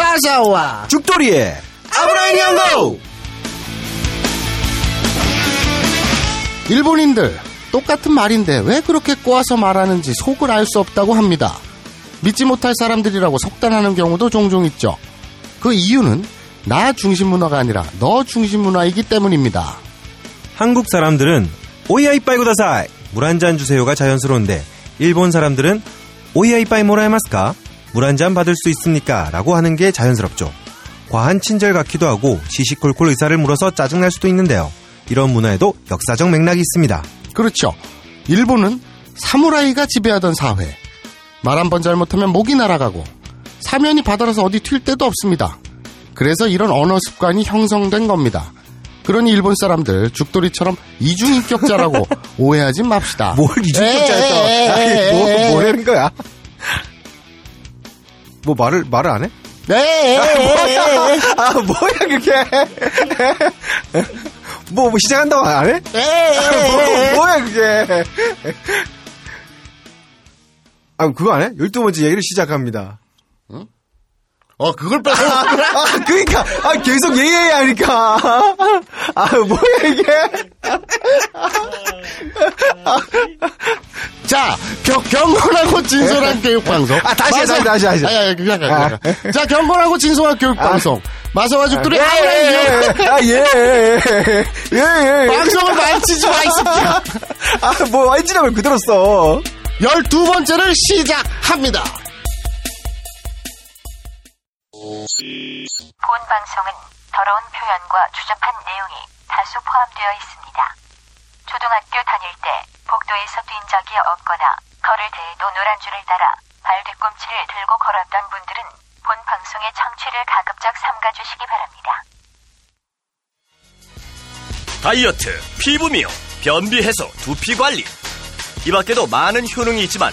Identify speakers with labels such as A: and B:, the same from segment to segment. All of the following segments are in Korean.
A: 아사와
B: 죽돌이의 아브라인 양고
C: 일본인들 똑같은 말인데 왜 그렇게 꼬아서 말하는지 속을 알 수 없다고 합니다. 믿지 못할 사람들이라고 속단하는 경우도 종종 있죠. 그 이유는 나 중심 문화가 아니라 너 중심 문화이기 때문입니다.
B: 한국 사람들은 오이아이 빠이고 다사이 물 한 잔 주세요가 자연스러운데 일본 사람들은 오이아이 빠이 모라에마스까 물 한 잔 받을 수 있습니까? 라고 하는 게 자연스럽죠. 과한 친절 같기도 하고 시시콜콜 의사를 물어서 짜증날 수도 있는데요. 이런 문화에도 역사적 맥락이 있습니다.
C: 그렇죠. 일본은 사무라이가 지배하던 사회. 말 한 번 잘못하면 목이 날아가고 사면이 바다라서 어디 튈 데도 없습니다. 그래서 이런 언어 습관이 형성된 겁니다. 그러니 일본 사람들 죽돌이처럼 이중인격자라고 오해하지 맙시다.
B: 뭘 이중격자였어? 아니, 뭐, 뭐라는 거야? 뭐 말을 말을 안 해?
C: 네.
B: 아 뭐야 그게? 뭐, 뭐 시작한다고 안
C: 네,
B: 해? 뭐, 뭐야 그게? 아 그거 안 해? 열두 번째 얘기를 시작합니다.
C: 어 그걸 빼서
B: 아 그러니까 아 계속 예예야 하니까 아 뭐야 이게?
C: 자, 겨, 경건하고 진솔한 교육방송.
B: 아, 다시 해, 다시, 다시, 다시.
C: 아니, 아니, 그냥, 그냥, 그냥. 자, 경건하고 진솔한 교육방송. 마서와
B: 예,
C: 죽돌이 아우라인 예, 교육.
B: 아예예예예예아뭐 아,
C: 방송을 망치지 마, 이 새끼야.
B: 완지라면 그대로 써.
C: 12번째를 시작합니다.
D: 본 방송은 더러운 표현과 추접한 내용이 다수 포함되어 있습니다. 초등학교 다닐 때 복도에서 뛴 적이 없거나 걸을 때에도 노란 줄을 따라 발 뒤꿈치를 들고 걸었던 분들은 본 방송의 청취를 가급적 삼가주시기 바랍니다.
E: 다이어트, 피부 미용, 변비 해소, 두피 관리. 이 밖에도 많은 효능이 있지만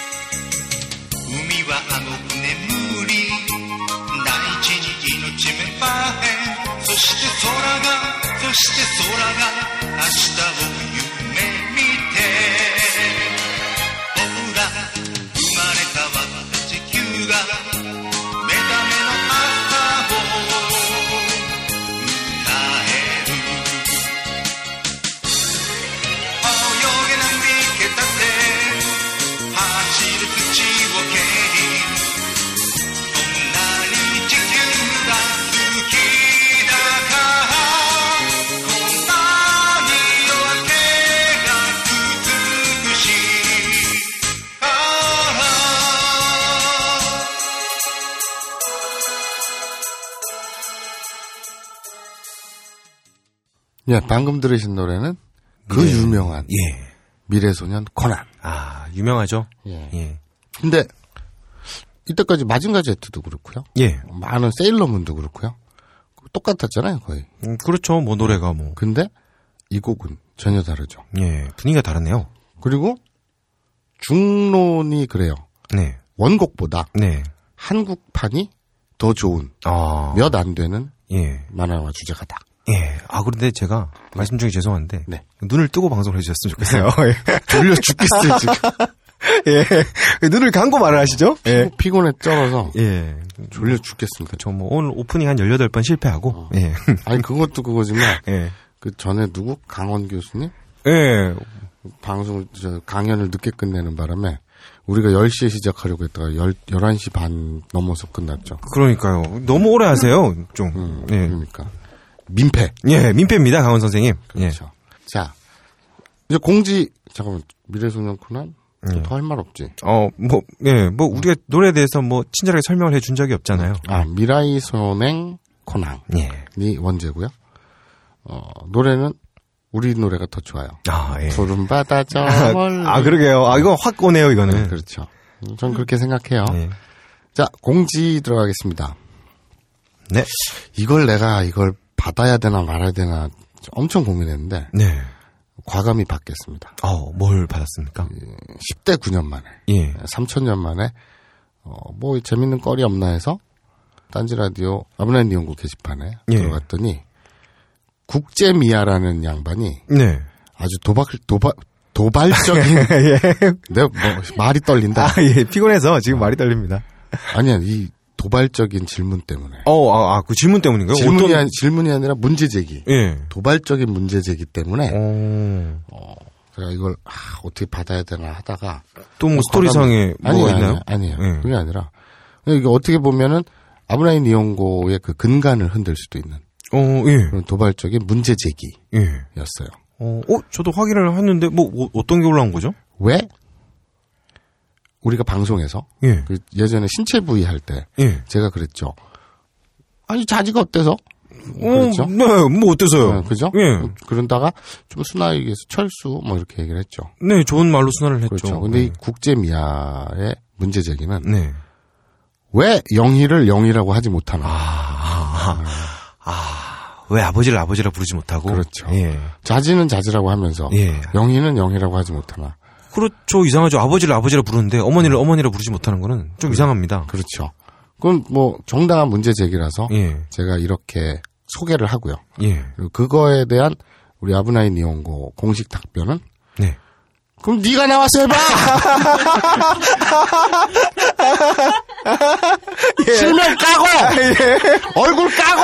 F: 海はあの眠り大地に命芽生えそして空がそして空が明日を夢見てほら生まれ変わった地球が目覚めの朝を迎える泳げなんていけたって走る口を蹴りどんなに時間が経っても好きだからこんなに夜明けが美しいから
C: 예, 방금 들으신 노래는 그
B: 예.
C: 유명한
B: 예.
C: 미래소년 코난.
B: 아 유명하죠.
C: 예.
B: 예.
C: 근데, 이때까지 마징가 제트도 그렇고요.
B: 예.
C: 많은 세일러문도 그렇고요. 똑같았잖아요, 거의.
B: 음, 그렇죠. 뭐 노래가 뭐.
C: 근데 이 곡은 전혀 다르죠.
B: 예. 분위기가 다르네요.
C: 그리고 중론이 그래요.
B: 네.
C: 원곡보다
B: 네.
C: 한국판이 더 좋은
B: 아.
C: 몇 안 되는
B: 예.
C: 만화와 주제가다.
B: 예. 아 그런데 제가 말씀 중에 죄송한데
C: 네.
B: 눈을 뜨고 방송을 해주셨으면 좋겠어요.
C: 졸려 죽겠어요 지금.
B: 예. 눈을 감고 말을 하시죠. 예.
C: 피곤- 피곤에 쩔어서
B: 예.
C: 졸려 죽겠습니다.
B: 저 뭐 오늘 오프닝 한 18번 실패하고
C: 어.
B: 예.
C: 아니 그것도 그거지만
B: 예.
C: 그 전에 누구 강원 교수님
B: 예.
C: 방송을 저 강연을 늦게 끝내는 바람에 우리가 10시에 시작하려고 했다가 열, 11시 반 넘어서 끝났죠.
B: 그러니까요. 너무 오래 하세요. 좀. 예.
C: 그러니까 민폐.
B: 예. 민폐입니다. 강원 선생님. 예.
C: 그렇죠. 자 이제 공지 잠깐만 미래소년 코난
B: 예.
C: 더 할 말 없지.
B: 어, 뭐, 예, 뭐, 우리가 노래에 대해서 뭐, 친절하게 설명을 해 준 적이 없잖아요.
C: 아 미라이 소행 코낭이
B: 예.
C: 원제고요. 어, 노래는 우리 노래가 더 좋아요.
B: 아, 예.
C: 푸른 바다 저 멀리.
B: 아, 그러게요. 아, 이거 확 오네요,
C: 네,
B: 이거는.
C: 그렇죠. 전 그렇게 생각해요.
B: 예.
C: 자, 공지 들어가겠습니다.
B: 네.
C: 이걸 내가 이걸 받아야 되나 말아야 되나 엄청 고민했는데
B: 네.
C: 과감히 받겠습니다.
B: 어, 뭘 받았습니까?
C: 10대 9년 만에
B: 예.
C: 3천년 만에 어, 뭐 재밌는 거리 없나 해서 딴지 라디오 아브라인 니온구 게시판에
B: 예.
C: 들어갔더니 국제미아라는 양반이
B: 네.
C: 아주 도박 도박 도발적인 내가 뭐 말이 떨린다.
B: 아, 예. 피곤해서 지금
C: 아.
B: 말이 떨립니다.
C: 아니야 이 도발적인 질문 때문에
B: 어, 아, 아, 그 질문 때문인가요?
C: 질문이
B: 어떤-
C: 아니, 질문이 아니라 문제 제기
B: 예.
C: 도발적인 문제 제기 때문에
B: 어.
C: 제가 이걸 아, 어떻게 받아야 되나 하다가 어,
B: 또뭐 음, 스토리상에 뭐가
C: 아니요,
B: 있나요?
C: 아니요, 아니요.
B: 예.
C: 그게 아니라 이게 어떻게 보면은 아브라인 이용고의 그 근간을 흔들 수도 있는
B: 어, 예.
C: 그런 도발적인 문제 제기였어요.
B: 예. 어, 어, 저도 확인을 했는데 뭐 어, 어떤 게 올라온 거죠?
C: 왜 우리가 방송에서
B: 예.
C: 그 예전에 신체 부위 할 때
B: 예.
C: 제가 그랬죠. 아니 자지가 어때서?
B: 어,
C: 그렇죠.
B: 네. 뭐 어때서요?
C: 네, 그죠?
B: 예.
C: 그런다가 좀 순화에 의해서 철수 뭐 이렇게 얘기를 했죠.
B: 네, 좋은 말로 순화를 했죠. 예.
C: 그렇죠. 근데 이 국제 미아의 문제 제기는
B: 네.
C: 왜 영희를 영희라고 하지 못하나?
B: 왜 아버지를 아버지라 부르지 못하고?
C: 그렇죠.
B: 예.
C: 자지는 자지라고 하면서
B: 예.
C: 영희는 영희라고 하지 못하나
B: 그렇죠. 이상하죠. 아버지를 아버지라 부르는데 어머니를
C: 네.
B: 어머니라 부르지 못하는 거는 좀 이상합니다.
C: 그렇죠 그건 뭐 정당한 문제 제기라서
B: 예.
C: 제가 이렇게 소개를 하고요
B: 예.
C: 그리고 그거에 대한 우리 아브나이 니온고 공식 답변은
B: 네.
C: 그럼 네가 나와서 해봐 실명 까고 예. 얼굴 까고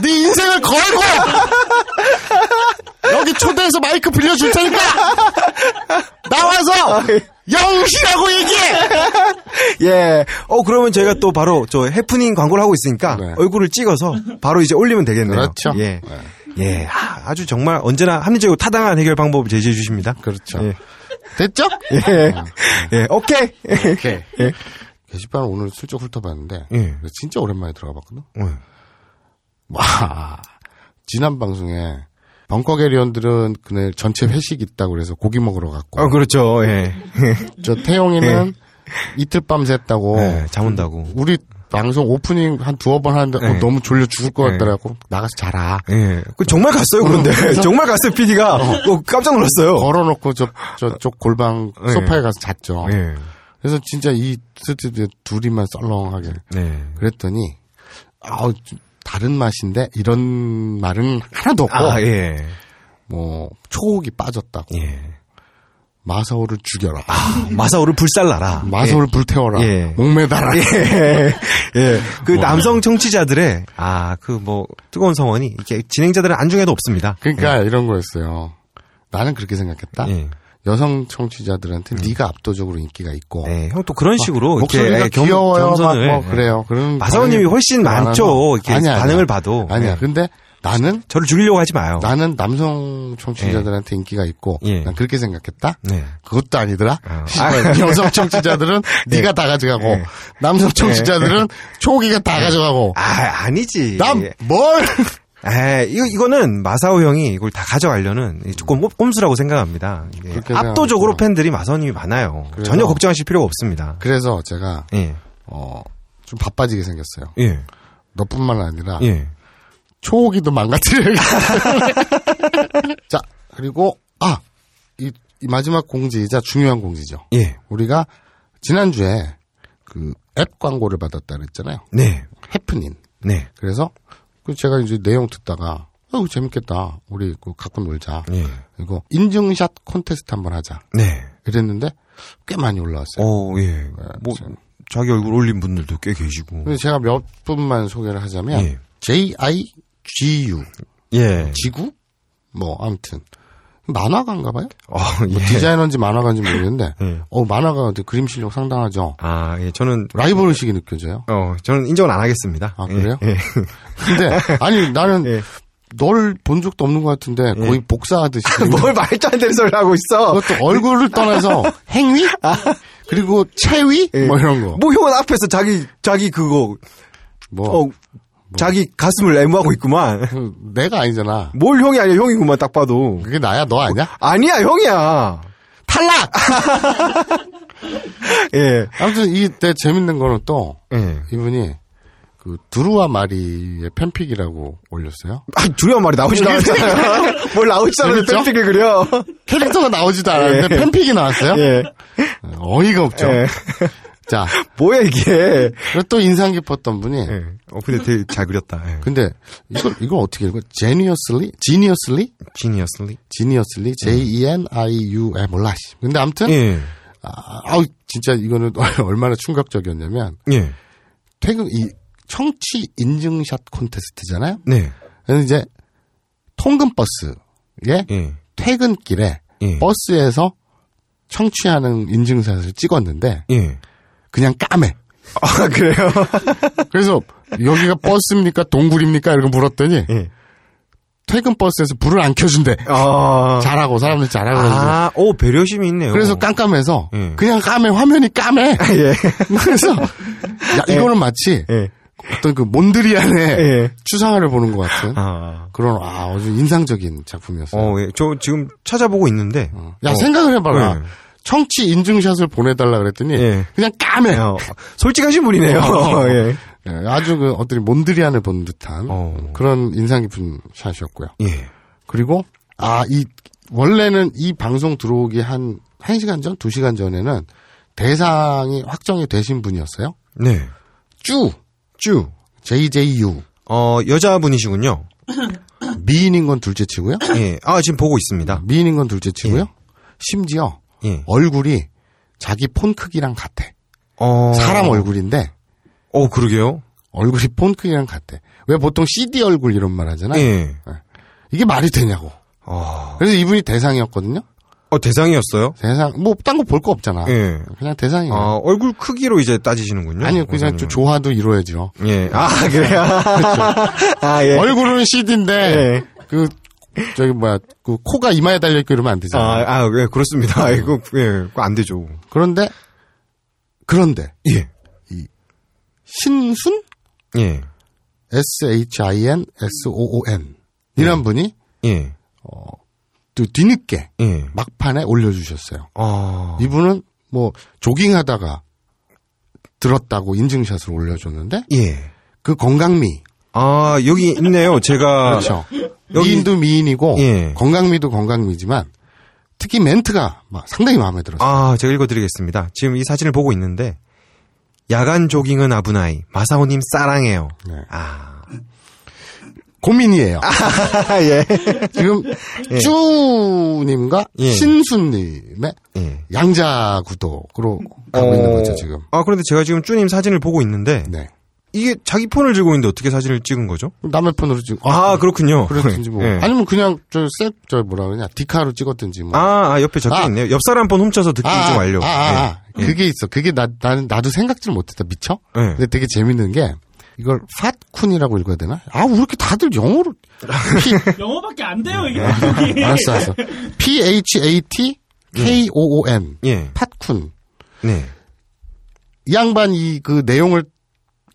C: 네 인생을 걸고 여기 초대해서 마이크 빌려줄 테니까 나와서 영시라고 얘기해
B: 예. 어, 그러면 저희가 또 바로 저 해프닝 광고를 하고 있으니까
C: 네.
B: 얼굴을 찍어서 바로 이제 올리면 되겠네요.
C: 그렇죠.
B: 예. 예. 아, 아주 정말 언제나 합리적이고 타당한 해결 방법을 제시해 주십니다.
C: 그렇죠
B: 예.
C: 됐죠? 음.
B: 예. 예. 오케이.
C: 오케이
B: 예.
C: 게시판을 오늘 슬쩍 훑어봤는데
B: 예.
C: 진짜 오랜만에 들어가봤거든
B: 음.
C: 와 지난 방송에 벙커게리언들은 그날 전체 회식 있다고 그래서 고기 먹으러 갔고
B: 어, 그렇죠. 예.
C: 저 태용이는 이틀 밤 샜다고
B: 예, 잠 온다고.
C: 우리 방송 오프닝 한 두어 번 하는데 어,
B: 네.
C: 너무 졸려 죽을 것
B: 네.
C: 같더라고 나가서 자라
B: 예. 그 정말 갔어요, 그런데. 정말 갔어요, PD가. 깜짝 놀랐어요.
C: 걸어놓고 저 저쪽 골방
B: 네.
C: 소파에 가서 잤죠
B: 예.
C: 그래서 진짜 이 스튜디오 둘이만 썰렁하게
B: 네.
C: 그랬더니 아우 좀 다른 맛인데 이런 말은 하나도 없고
B: 아, 예.
C: 뭐 초옥이 빠졌다고
B: 예.
C: 마사오를 죽여라
B: 마사오를 불살라라.
C: 마소를 불태워라.
B: 예.
C: 목매달아.
B: 예. 예. 그
C: 뭐.
B: 남성 청취자들의 아, 그 뭐 뜨거운 성원이 이렇게 진행자들은 안중에도 없습니다.
C: 그러니까 이런 거였어요. 나는 그렇게 생각했다.
B: 예. 음.
C: 여성 청취자들한테 네가 압도적으로 인기가 있고
B: 예. 형 또 그런 식으로
C: 목소리가
B: 이렇게 예, 겸-
C: 귀여워요.
B: 겸손을. 예.
C: 막, 뭐 그래요. 그런
B: 마사오님이
C: 반응이
B: 훨씬
C: 많아서.
B: 많죠. 이렇게 반응을 봐도.
C: 아니야.
B: 예.
C: 근데 나는
B: 저를 죽이려고 하지 마요.
C: 나는 남성 청취자들한테 인기가 있고
B: 예.
C: 난 그렇게 생각했다.
B: 네.
C: 그것도 아니더라.
B: 아.
C: 씨발, 여성 청취자들은 네가 네. 다 가져가고
B: 예.
C: 남성 청취자들은 초기가 다 가져가고
B: 아,
C: 예.
B: 아니지.
C: 난 뭘
B: 에, 이거, 이거는 마사오 형이 이걸 다 가져가려는 조금 꼼- 꼼수라고 생각합니다. 예.
C: 그렇게
B: 압도적으로
C: 생각하고.
B: 팬들이 마사오님이 많아요.
C: 그래서-
B: 전혀 걱정하실 필요가 없습니다.
C: 그래서 제가
B: 예.
C: 어, 좀 바빠지게 생겼어요.
B: 예.
C: 너뿐만 아니라
B: 예.
C: 초호기도 망가뜨려야겠다. 자, 그리고 아, 이, 이 마지막 공지이자 중요한 공지죠.
B: 예.
C: 우리가 지난주에 그 앱 광고를 받았다 그랬잖아요.
B: 네.
C: 해프닝.
B: 네.
C: 그래서 그 제가 이제 내용 듣다가 어, 재밌겠다. 우리 그 갖고 놀자.
B: 예.
C: 그리고 인증샷 콘테스트 한번 하자.
B: 네.
C: 그랬는데 꽤 많이 올라왔어요.
B: 어, 예. 뭐, 자기 얼굴 올린 분들도 꽤 계시고.
C: 그래서 제가 몇 분만 소개를 하자면
B: 예.
C: JIGU
B: 예.
C: 지구? 뭐, 아무튼. 만화가인가 봐요?
B: 어,
C: 뭐
B: 예.
C: 디자이너인지 만화가인지 모르겠는데,
B: 예.
C: 어, 만화가 그림 실력 상당하죠?
B: 아, 예. 저는,
C: 라이벌 의식이 느껴져요.
B: 어, 저는 인정은 안 하겠습니다.
C: 아,
B: 예.
C: 그래요?
B: 예.
C: 근데, 아니, 나는
B: 예.
C: 널 본 적도 없는 것 같은데, 거의 복사하듯이.
B: 뭘 말도 안 되는 소리를 하고 있어.
C: 그것도 얼굴을 떠나서 행위? 그리고 체위?
B: 아. 예.
C: 뭐 이런 거.
B: 뭐 형은 앞에서 자기, 자기 그거,
C: 뭐
B: 어, 자기 가슴을 애무하고 있구만.
C: 그 내가 아니잖아.
B: 뭘 형이 아니야, 형이구만, 딱 봐도.
C: 그게 나야 너 아니야?
B: 아니야, 형이야.
C: 탈락.
B: 예.
C: 아무튼 이때 재밌는 거는 또
B: 예.
C: 이분이 그 두루와 마리의 팬픽이라고 올렸어요.
B: 아, 두려운 말이 나오지도 않았잖아요. 뭘 나오지도 않는데
C: 재밌죠?
B: 팬픽을 그려.
C: 캐릭터가 나오지도 않았는데
B: 예.
C: 팬픽이 나왔어요. 네,
B: 예.
C: 어이가 없죠.
B: 예.
C: 자,
B: 뭐야, 이게.
C: 그리고 또 인상 깊었던 분이
B: 예. 어, 근데 되게 잘 그렸다. 예.
C: 근데 이걸 이걸 어떻게 읽어? 제니어슬리? 지니어슬리?
B: 지니어슬리?
C: 지니어슬리? J E N I U 에 몰라 씨. 근데 아무튼
B: 예.
C: 아, 아우 진짜 이거는 얼마나 충격적이었냐면
B: 예.
C: 퇴근 이 청취 인증샷 콘테스트잖아요.
B: 네.
C: 그래서 이제 통근 버스의
B: 예.
C: 퇴근길에
B: 예.
C: 버스에서 청취하는 인증샷을 찍었는데
B: 예.
C: 그냥 까매.
B: 아, 그래요?
C: 그래서 여기가 버스입니까 동굴입니까 이렇게 물었더니
B: 예.
C: 퇴근 버스에서 불을 안 켜준대.
B: 아.
C: 잘하고 사람들 잘하고 그러는데.
B: 아, 오, 배려심이 있네요.
C: 그래서 깜깜해서
B: 예.
C: 그냥 까매 화면이 까매.
B: 예.
C: 그래서 야, 이거는 마치
B: 예.
C: 어떤 그 몬드리안의
B: 예.
C: 추상화를 보는 것 같은
B: 아.
C: 그런 아, 아주 인상적인 작품이었어요.
B: 어, 예. 저 지금 찾아보고 있는데.
C: 야
B: 어.
C: 생각을 해봐라.
B: 네.
C: 청취 인증샷을 보내달라 그랬더니
B: 예.
C: 그냥 까매.
B: 어, 솔직하신 분이네요.
C: 어.
B: 예.
C: 예, 아주 그 어떤 몬드리안을 본 듯한
B: 어.
C: 그런 인상 깊은 샷이었고요.
B: 예.
C: 그리고 아 이 원래는 이 방송 들어오기 한 1시간 전, 2시간 전에는 대상이 확정이 되신 분이었어요.
B: 네.
C: 쭈, 쭈, JJU
B: 어, 여자분이시군요.
C: 미인인 건 둘째 치고요.
B: 예. 아, 지금 보고 있습니다.
C: 미인인 건 둘째 치고요. 심지어
B: 예.
C: 얼굴이 자기 폰 크기랑 같아.
B: 어.
C: 사람 얼굴인데
B: 어, 그러게요.
C: 얼굴이 폰 크기랑 같아. 왜 보통 CD 얼굴 이런 말 하잖아. 요
B: 예.
C: 이게 말이 되냐고.
B: 어.
C: 그래서 이분이 대상이었거든요.
B: 어, 대상이었어요?
C: 대상 뭐 딴 거 볼 거 없잖아.
B: 예.
C: 그냥 대상이에요.
B: 아, 얼굴 크기로 이제 따지시는군요.
C: 네. 아니요, 그냥 좀
B: 원장님은.
C: 조화도 이루어야죠.
B: 예. 아, 그래요? 아, 예.
C: 네. 그렇죠. 얼굴은 CD인데,
B: 예.
C: 그, 저기 뭐야, 그 코가 이마에 달려있고 이러면 안 되잖아.
B: 아, 아, 예, 그렇습니다.
C: 네.
B: 이거, 예, 그거 안 되죠.
C: 그런데, 그런데,
B: 예.
C: 신순?
B: 예.
C: S-H-I-N-S-O-O-N. 이란 분이
B: 예.
C: 또 뒤늦게
B: 예.
C: 막판에 올려주셨어요.
B: 아.
C: 이분은 뭐, 조깅하다가 들었다고 인증샷을 올려줬는데,
B: 예.
C: 그 건강미.
B: 아, 여기 있네요. 제가.
C: 그렇죠.
B: 여기-
C: 미인도 미인이고,
B: 예.
C: 건강미도 건강미지만, 특히 멘트가 막 상당히 마음에 들었어요.
B: 아, 제가 읽어드리겠습니다. 지금 이 사진을 보고 있는데, 야간 조깅은 아부나이. 마사오님 사랑해요.
C: 네.
B: 아.
C: 고민이에요. 아,
B: 예.
C: 지금 쭈님과
B: 예.
C: 신수님의
B: 예.
C: 양자 구독으로 가고
B: 어,
C: 있는 거죠 지금.
B: 아, 그런데 제가 지금 쭈님 사진을 보고 있는데,
C: 네.
B: 이게 자기 폰을 들고 있는데 어떻게 사진을 찍은 거죠?
C: 남의 폰으로 지금.
B: 아, 그렇군요.
C: 그랬든지 뭐.
B: 예.
C: 아니면 그냥 저셀저 뭐라 그러냐 디카로 찍었든지 뭐.
B: 아, 아, 옆에 적혀
C: 아.
B: 있네요. 옆 사람 폰 훔쳐서 듣기 좀 예. 완료.
C: 아, 아, 아. 그게 있어. 그게 나 나는 나도 생각지를 못했다. 미쳐.
B: 예.
C: 아. 네. 근데 되게 재밌는 게 이걸 팟쿤이라고 읽어야 되나? 아, 왜 이렇게 다들 영어로
A: 영어밖에 안 돼요 이게 방송이.
C: 알았어, 알았어. P H A T K O O N
B: 예.
C: 팟쿤.
B: 네.
C: 이 양반 이 그 내용을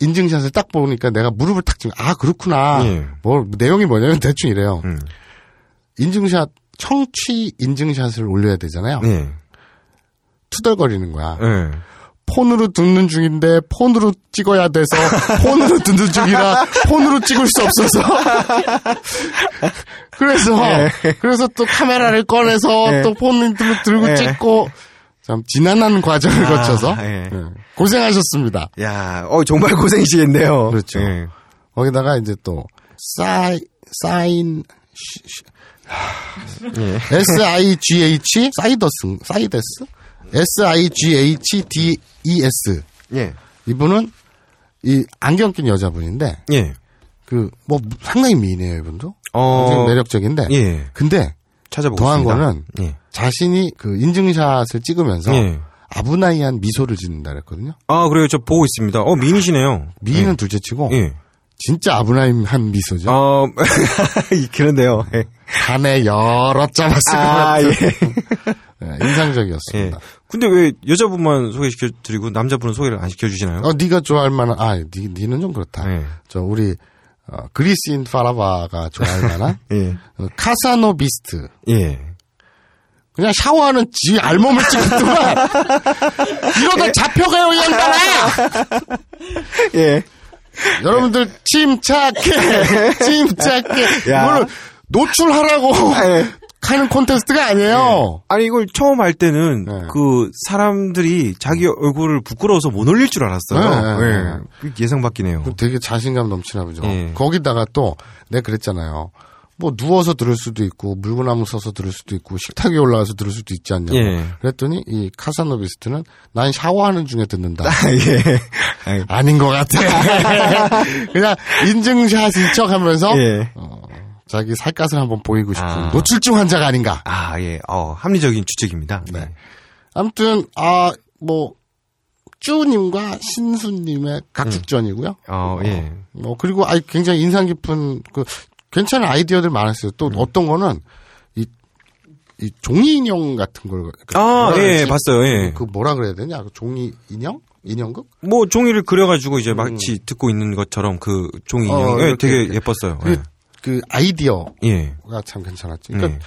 C: 인증샷을 딱 보니까 내가 무릎을 탁 치고 아 그렇구나.
B: 예.
C: 뭐 내용이 뭐냐면 대충 이래요.
B: 음.
C: 인증샷 청취 인증샷을 올려야 되잖아요.
B: 네.
C: 투덜거리는 거야.
B: 예.
C: 폰으로 듣는 중인데 폰으로 찍어야 돼서 폰으로 듣는 중이라 폰으로 찍을 수 없어서 그래서
B: 예.
C: 그래서 또 카메라를 꺼내서 또 폰으로 들고
B: 예.
C: 찍고 참 지난한 과정을
B: 아,
C: 거쳐서
B: 예.
C: 예. 고생하셨습니다.
B: 야, 어, 정말 고생이시겠네요.
C: 그렇죠.
B: 예.
C: 거기다가 이제 또 사이 사인 쉬- 쉬-
B: 예.
C: S I G H 사이더스 사이데스 S I G H D E S
B: 예.
C: 이분은 이 안경 낀 여자분인데
B: 예.
C: 그 뭐 상당히 미인이에요 이분도
B: 어.
C: 굉장히 매력적인데
B: 예.
C: 근데
B: 찾아보고
C: 더한
B: 있습니다.
C: 거는
B: 예.
C: 자신이 그 인증샷을 찍으면서
B: 예.
C: 아브나이한 미소를 짓는다 그랬거든요
B: 아, 그래요. 저 보고 있습니다. 어, 미인이시네요.
C: 미인은 둘째치고
B: 예.
C: 진짜 아브나이한 미소죠
B: 어, 이- 그런데요. 예.
C: 한에 여러 짜 맞을 것
B: 아,
C: 같은
B: 예.
C: 예, 인상적이었습니다.
B: 예. 근데 왜 여자분만 소개시켜드리고 남자분은 소개를 안 시켜주시나요?
C: 어, 네가 좋아할 만한, 아, 니, 니는 좀 그렇다.
B: 네.
C: 저, 우리, 어, 그리스인 파라바가 좋아할 만한,
B: 예.
C: 어, 카사노비스트.
B: 예.
C: 그냥 샤워하는 지 알몸을 찍었더만 이러다 잡혀가요 이 양반아
B: 예.
C: 여러분들 침착해 침착해
B: 야. 아, 예.
C: 이걸 노출하라고 하는 콘테스트가 아니에요
B: 아니 이걸 처음 할 때는
C: 네.
B: 그 사람들이 자기 얼굴을 부끄러워서 못 올릴 줄 알았어요.
C: 네,
B: 예.
C: 네, 네.
B: 그 예상 밖이네요.
C: 그럼 되게 자신감 넘치나 보죠
B: 예.
C: 거기다가 또 내가 그랬잖아요 뭐 누워서 들을 수도 있고 물구나무 서서 들을 수도 있고 식탁 위에 올라가서 들을 수도 있지 않냐고
B: 예.
C: 그랬더니 이 카사노비스트는 난 샤워하는 중에 듣는다
B: 예.
C: 아닌 것 같아. 그냥 인증샷인 척 하면서
B: 예.
C: 어, 자기 살갗을 한번 보이고 싶은
B: 아.
C: 노출증 환자가 아닌가.
B: 아, 예. 어, 합리적인 추측입니다.
C: 네.
B: 예.
C: 아무튼, 아, 뭐, 쭈님과 신수님의 각축전이고요.
B: 어, 예.
C: 뭐, 그리고 아 굉장히 인상 깊은 그, 괜찮은 아이디어들 많았어요.
B: 음.
C: 또 어떤 거는 이, 이 종이 인형 같은 걸. 그
B: 아,
C: 뭐라
B: 예,
C: 그러지?
B: 봤어요. 예.
C: 그 뭐라 그래야 되냐? 그 종이 인형? 인형극?
B: 뭐 종이를 그려가지고 이제 마치 듣고 있는 것처럼 그 종이
C: 음. 어,
B: 인형, 예,
C: 이렇게,
B: 되게
C: 이렇게.
B: 예뻤어요.
C: 그, 그 아이디어
B: 예. 예.
C: 가참 괜찮았지. 그러니까
B: 예.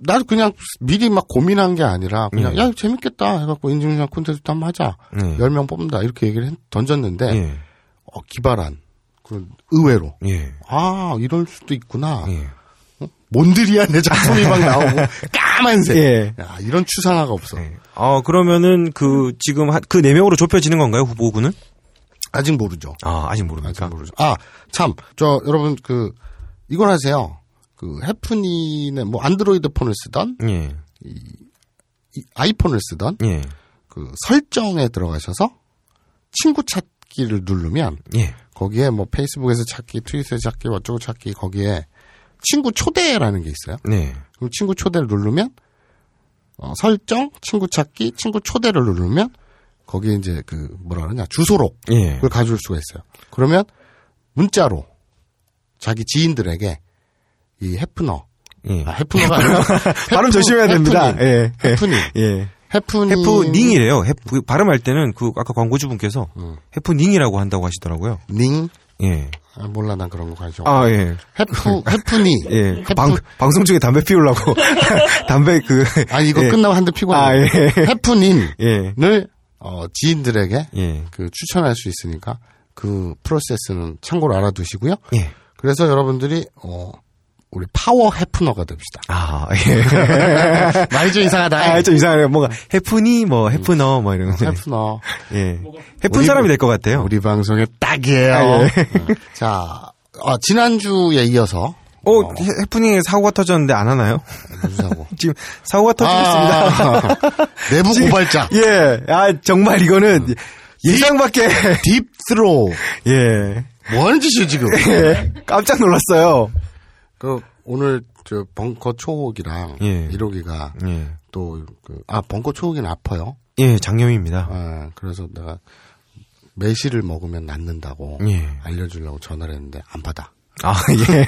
C: 나도 그냥 미리 막 고민한 게 아니라 그냥
B: 예.
C: 야 재밌겠다 해갖고 인증샷 콘테스트 한번 하자.
B: 예.
C: 열 10명 뽑는다 이렇게 얘기를 했- 던졌는데
B: 예.
C: 어, 기발한 그런 의외로
B: 예.
C: 아 이럴 수도 있구나.
B: 예.
C: 몬드리아 내 작품이 막 나오고 까만색.
B: 예.
C: 야, 이런 추상화가 없어.
B: 예. 어, 그러면은 그 지금 그 네 명으로 좁혀지는 건가요? 후보군은?
C: 아직 모르죠.
B: 아,
C: 아직
B: 아직 모릅니까?
C: 모르죠. 아참 저 여러분 그 이걸 하세요. 그 해프닝에 뭐 안드로이드 폰을 쓰던
B: 예.
C: 이 아이폰을 쓰던
B: 예.
C: 그 설정에 들어가셔서 친구 찾기를 누르면
B: 예.
C: 거기에 뭐 페이스북에서 찾기, 트위터에 찾기, 어쩌고 찾기 거기에 친구 초대라는 게 있어요.
B: 네.
C: 그럼 친구 초대를 누르면 어, 설정, 친구 찾기, 친구 초대를 누르면 거기에 이제 그 뭐라 그러냐 주소록을
B: 예.
C: 가져올 수가 있어요. 그러면 문자로 자기 지인들에게 이 해프너,
B: 예.
C: 아, 해프너가 아니라
B: 발음 조심해야 됩니다.
C: 해프닝,
B: 예. 예.
C: 해프닝,
B: 예.
C: 해프닝,
B: 해프닝이래요. 해프, 발음할 때는 그 아까 광고주분께서
C: 음.
B: 해프닝이라고 한다고 하시더라고요.
C: 닝,
B: 예.
C: 아, 몰라 난 그런 거 관심 없어.
B: 아, 예.
C: 해프 해프니
B: 예.
C: 해프-
B: 방, 방송 중에 담배 피우려고. 담배 그.
C: 아니 이거
B: 예.
C: 끝나고 한 대 피고
B: 아,
C: 나면
B: 예.
C: 해프닌을
B: 예.
C: 어, 지인들에게
B: 예.
C: 그 추천할 수 있으니까 그 프로세스는 참고로 알아두시고요.
B: 예.
C: 그래서 여러분들이 어 우리 파워 해프너가 됩시다.
B: 아, 예.
C: 말이 좀 이상하다.
B: 아, 좀 이상하네요. 뭔가 해프니, 뭐, 해프너, 뭐 이런. 거.
C: 음. 해프너
B: 예. 해픈
C: 우리 뭐-
B: 사람이 될 것 같아요.
C: 우리 방송에 딱이에요.
B: 네. 아, 예.
C: 음. 자 어, 지난주에 이어서
B: 어, 해- 해프닝에 사고가 터졌는데 안 하나요?
C: 무슨 사고?
B: 지금 사고가 터졌습니다.
C: 아, 내부 아, 고발자 음.
B: 예. 아, 정말 이거는 예상밖에.
C: 딥스로
B: 예.
C: 뭐 하는 짓이에요 지금?
B: 예. 깜짝 놀랐어요.
C: 그 오늘 저 벙커 초호기랑
B: 예.
C: 1호기가
B: 예.
C: 또 그 아 벙커 초호기는 아파요.
B: 예, 장염입니다.
C: 아, 그래서 내가 매실을 먹으면 낫는다고
B: 예.
C: 알려주려고 전화를 했는데 안 받아.
B: 아,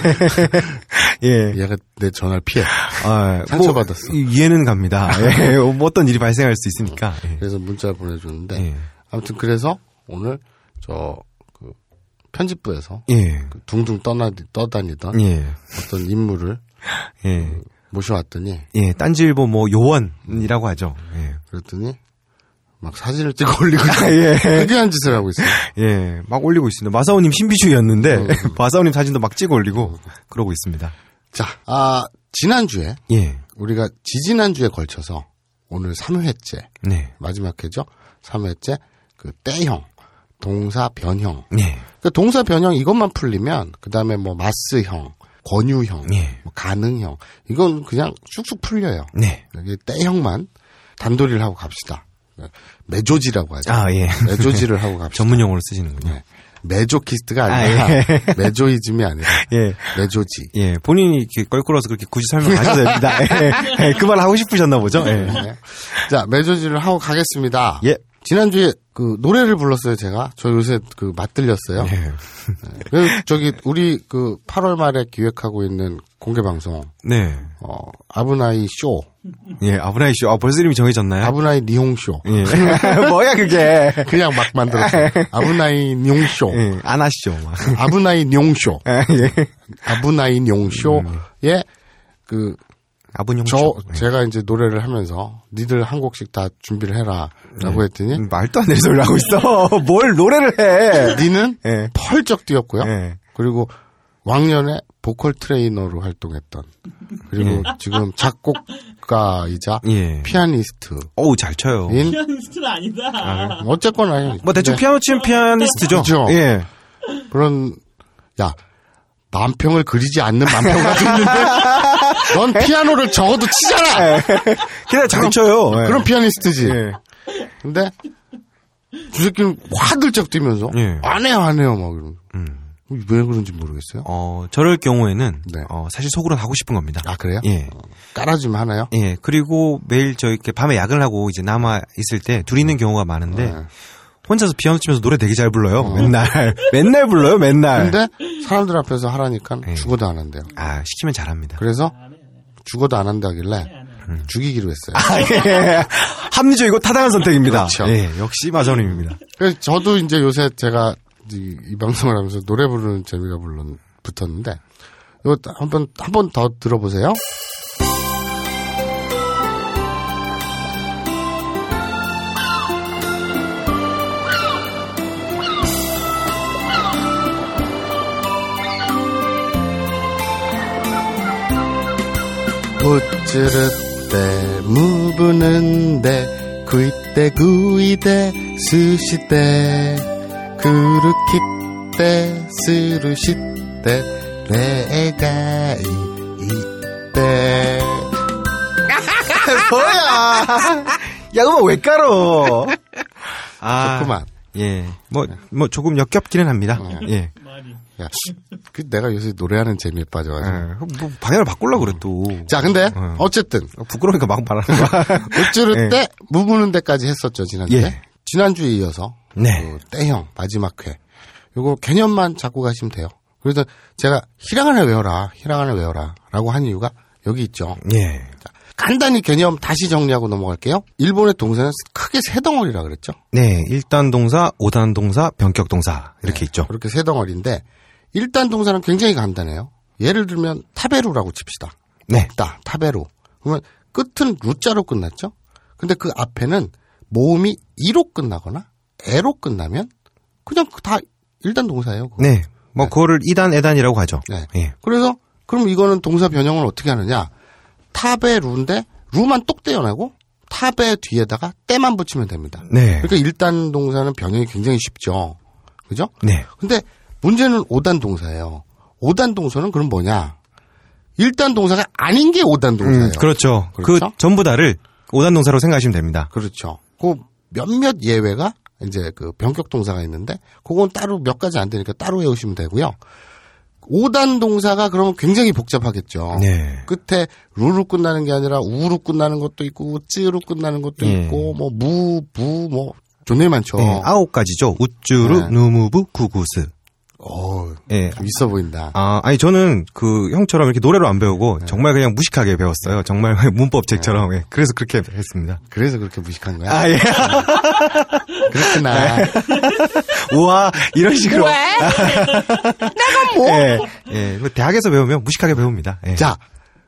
B: 예. 예.
C: 얘가 내 전화를 피해.
B: 아,
C: 상처받았어.
B: 뭐, 이- 이해는 갑니다. 예. 뭐 어떤 일이 발생할 수 있으니까. 예.
C: 그래서 문자를 보내줬는데
B: 예.
C: 아무튼 그래서 오늘 저 그 편집부에서
B: 예.
C: 그 둥둥 떠나 떠다니던
B: 예.
C: 어떤 인물을
B: 예.
C: 모셔왔더니
B: 예. 딴지일보 뭐 요원이라고 하죠. 예.
C: 그랬더니 막 사진을 찍어 올리고
B: 예.
C: 특이한 짓을 하고 있어요.
B: 예. 막 올리고 있습니다. 마사오님 신비주의였는데
C: 음.
B: 마사오님 사진도 막 찍어 올리고 그러고 있습니다.
C: 자, 아 지난주에
B: 예.
C: 우리가 지지난주에 걸쳐서 오늘 3회째,
B: 네.
C: 마지막 회죠? 3회째, 그 때형, 동사 변형.
B: 예.
C: 그 동사 변형 이것만 풀리면, 그 다음에 뭐 마스형, 권유형,
B: 예.
C: 뭐 가능형. 이건 그냥 쑥쑥 풀려요.
B: 네.
C: 여기 때형만 단도리를 하고 갑시다. 매조지라고 하죠.
B: 아, 예.
C: 매조지를 하고 갑시다.
B: 전문 용어로 쓰시는군요.
C: 네. 매조키스트가
B: 아,
C: 아니라, 매조이즘이 아니라,
B: 예.
C: 매조지.
B: 예, 본인이 이렇게 껄끄러워서 그렇게 굳이 설명 안 해도 됩니다. 예, 예, 그말 하고 싶으셨나 보죠? 예.
C: 네. 자, 매조지를 하고 가겠습니다.
B: 예.
C: 지난주에 그 노래를 불렀어요, 제가. 저 요새 그 맛들렸어요.
B: 예.
C: 그래서 저기 우리 그 8월 말에 기획하고 있는 공개 방송
B: 네.
C: 어, 아브나이 쇼
B: 예, 아브라이 쇼. 아, 벌써 이름이 정해졌나요?
C: 아브나이 니홍쇼.
B: 예. 뭐야, 그게.
C: 그냥 막 만들었어요. 아브나이 니홍쇼.
B: 예, 안 하시죠. 막.
C: 아브나이 니홍쇼.
B: 예.
C: 아브나이 니홍쇼의 그,
B: 아버님 뭐, 예.
C: 저, 제가 이제 노래를 하면서 니들 한 곡씩 다 준비를 해라. 라고 했더니
B: 말도 안 되는 소리를 하고 있어. 뭘 노래를 해.
C: 니는
B: 예.
C: 펄쩍 뛰었고요.
B: 예.
C: 그리고 왕년에 보컬 트레이너로 활동했던 그리고 지금 작곡가이자
B: 예.
C: 피아니스트인
B: 어우, 잘 쳐요.
A: 피아니스트는 아니다.
C: 네. 어쨌거나
B: 뭐 대충
C: 예. 네, 그렇죠.
B: 피아노 치면 피아니스트죠.
C: 그죠.
B: 예.
C: 그런 야 만평을 그리지 않는 만평가 됐는데 넌 피아노를 적어도 치잖아
B: 게다가 잘 쳐요. 예.
C: 그런 피아니스트지
B: 예.
C: 근데 주새끼는 화들짝 뛰면서
B: 예. 음.
C: 안 해요 안 해요 막 이러면서 왜 그런지 모르겠어요
B: 어, 저럴 경우에는
C: 네.
B: 어, 사실 속으로는 하고 싶은 겁니다.
C: 아 그래요?
B: 예.
C: 깔아주면 하나요?
B: 예. 그리고 매일 저 이렇게 밤에 야근을 하고 이제 남아 있을 때 둘이 있는 경우가 많은데
C: 네.
B: 혼자서 피아노 치면서 노래 되게 잘 불러요. 맨날 맨날 불러요. 맨날.
C: 어. 근데 사람들 앞에서 하라니까
B: 예.
C: 죽어도 안 한대요.
B: 아, 시키면 잘합니다.
C: 그래서 죽어도 안 한다길래 죽이기로 했어요.
B: 아, 예. 합리적이고 타당한 선택입니다.
C: 그렇죠.
B: 예, 역시 마저님입니다.
C: 그래서 저도 이제 요새 제가 이, 이 방송을 하면서 노래 부르는 재미가 물론 붙었는데 이거 한번 한 번 더 들어보세요. 부츠를 때 무브는데 구이때 구이대 스시대 그루키때 스루시때 내가 이- 이때
B: 뭐야? 야, 음악 왜 깔어? 아,
C: 그만 네.
B: 예. 뭐, 뭐, 조금 역겹기는 합니다. 예.
A: 많이.
C: 야, 그 내가 요새 노래하는 재미에 빠져가지고
B: 예. 뭐, 방향을 바꾸려고 그래, 또.
C: 자 근데
B: 음.
C: 어쨌든
B: 부끄러우니까 막 말하는 거야.
C: 우쭈르
B: 예.
C: 때 무브는 데까지 했었죠 지난주에
B: 예.
C: 지난주에 이어서
B: 네.
C: 그 때형 마지막 회 요거 개념만 잡고 가시면 돼요 그래서 제가 히라가나 외워라 히라가나 외워라 라고 한 이유가 여기 있죠
B: 예.
C: 간단히 개념 다시 정리하고 넘어갈게요 일본의 동사는 크게 세 덩어리라 그랬죠
B: 네, 1단 동사, 5단 동사, 변격 동사. 이렇게 있죠.
C: 그렇게 세 덩어리인데 일단 동사는 굉장히 간단해요 예를 들면 타베루라고 칩시다
B: 네.
C: 있다. 타베로. 그러면 끝은 루자로 끝났죠? 근데 그 앞에는 모음이 이로 끝나거나 에로 끝나면 그냥 그다 일단 동사예요. 그거.
B: 네. 뭐, 그거를 2단, 애단이라고 하죠.
C: 네.
B: 예.
C: 그래서 그럼 이거는 동사 변형을 어떻게 하느냐? 타베루인데 루만 똑 떼어내고 타베 뒤에다가 때만 붙이면 됩니다.
B: 네.
C: 그러니까 일단 동사는 변형이 굉장히 쉽죠. 그죠?
B: 네.
C: 근데 문제는 오단 동사예요. 오단 동사는 그럼 뭐냐? 일단 동사가 아닌 게오단 동사예요.
B: 음, 그렇죠. 그
C: 그렇죠?
B: 전부 다를 5단 동사로 생각하시면 됩니다.
C: 그렇죠. 그 몇몇 예외가 이제 그 변격 동사가 있는데 그건 따로 몇 가지 안 되니까 따로 외우시면 되고요. 오단 동사가 그러면 굉장히 복잡하겠죠.
B: 네.
C: 끝에 루로 끝나는 게 아니라 우로 끝나는 것도 있고 찌로 끝나는 것도
B: 예.
C: 있고 뭐 무, 부, 뭐 존내 많죠.
B: 네, 아홉 가지죠. 우쭈루,
C: 어. 네.
B: 누무부, 구구스.
C: 어,
B: 예.
C: 좀 있어 보인다.
B: 아, 아니 저는 그 형처럼 이렇게 노래로 안 배우고
C: 네.
B: 정말 그냥 무식하게 배웠어요. 정말 문법책처럼. 예. 그래서 그렇게 했습니다.
C: 그래서 그렇게 무식한 거야.
B: 아 예.
C: 그렇구나.
B: 우와 이런 식으로. 내가 뭐? 예. 예. 뭐 대학에서 배우면 무식하게 배웁니다. 예.
C: 자,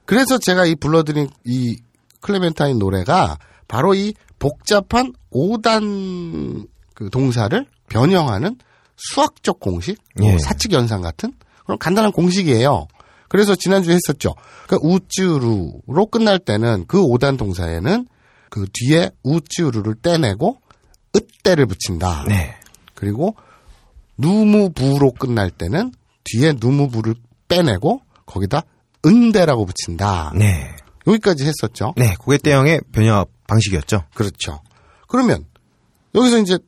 C: 그래서 제가 이 불러드린 이 클레멘타인 노래가 바로 이 복잡한 5단 그 동사를 변형하는 수학적 공식, 뭐
B: 예.
C: 사칙 연산 같은 그런 간단한 공식이에요. 그래서 지난주에 했었죠. 그 우쭈루로 끝날 때는 그 5단 동사에는 그 뒤에 우쭈루를 떼내고 으떼를 붙인다.
B: 네.
C: 그리고 누무부로 끝날 때는 뒤에 누무부를 빼내고 거기다 은대라고 붙인다.
B: 네.
C: 여기까지 했었죠.
B: 네. 고개 대형의 변형 방식이었죠.
C: 그렇죠. 그러면 여기서 이제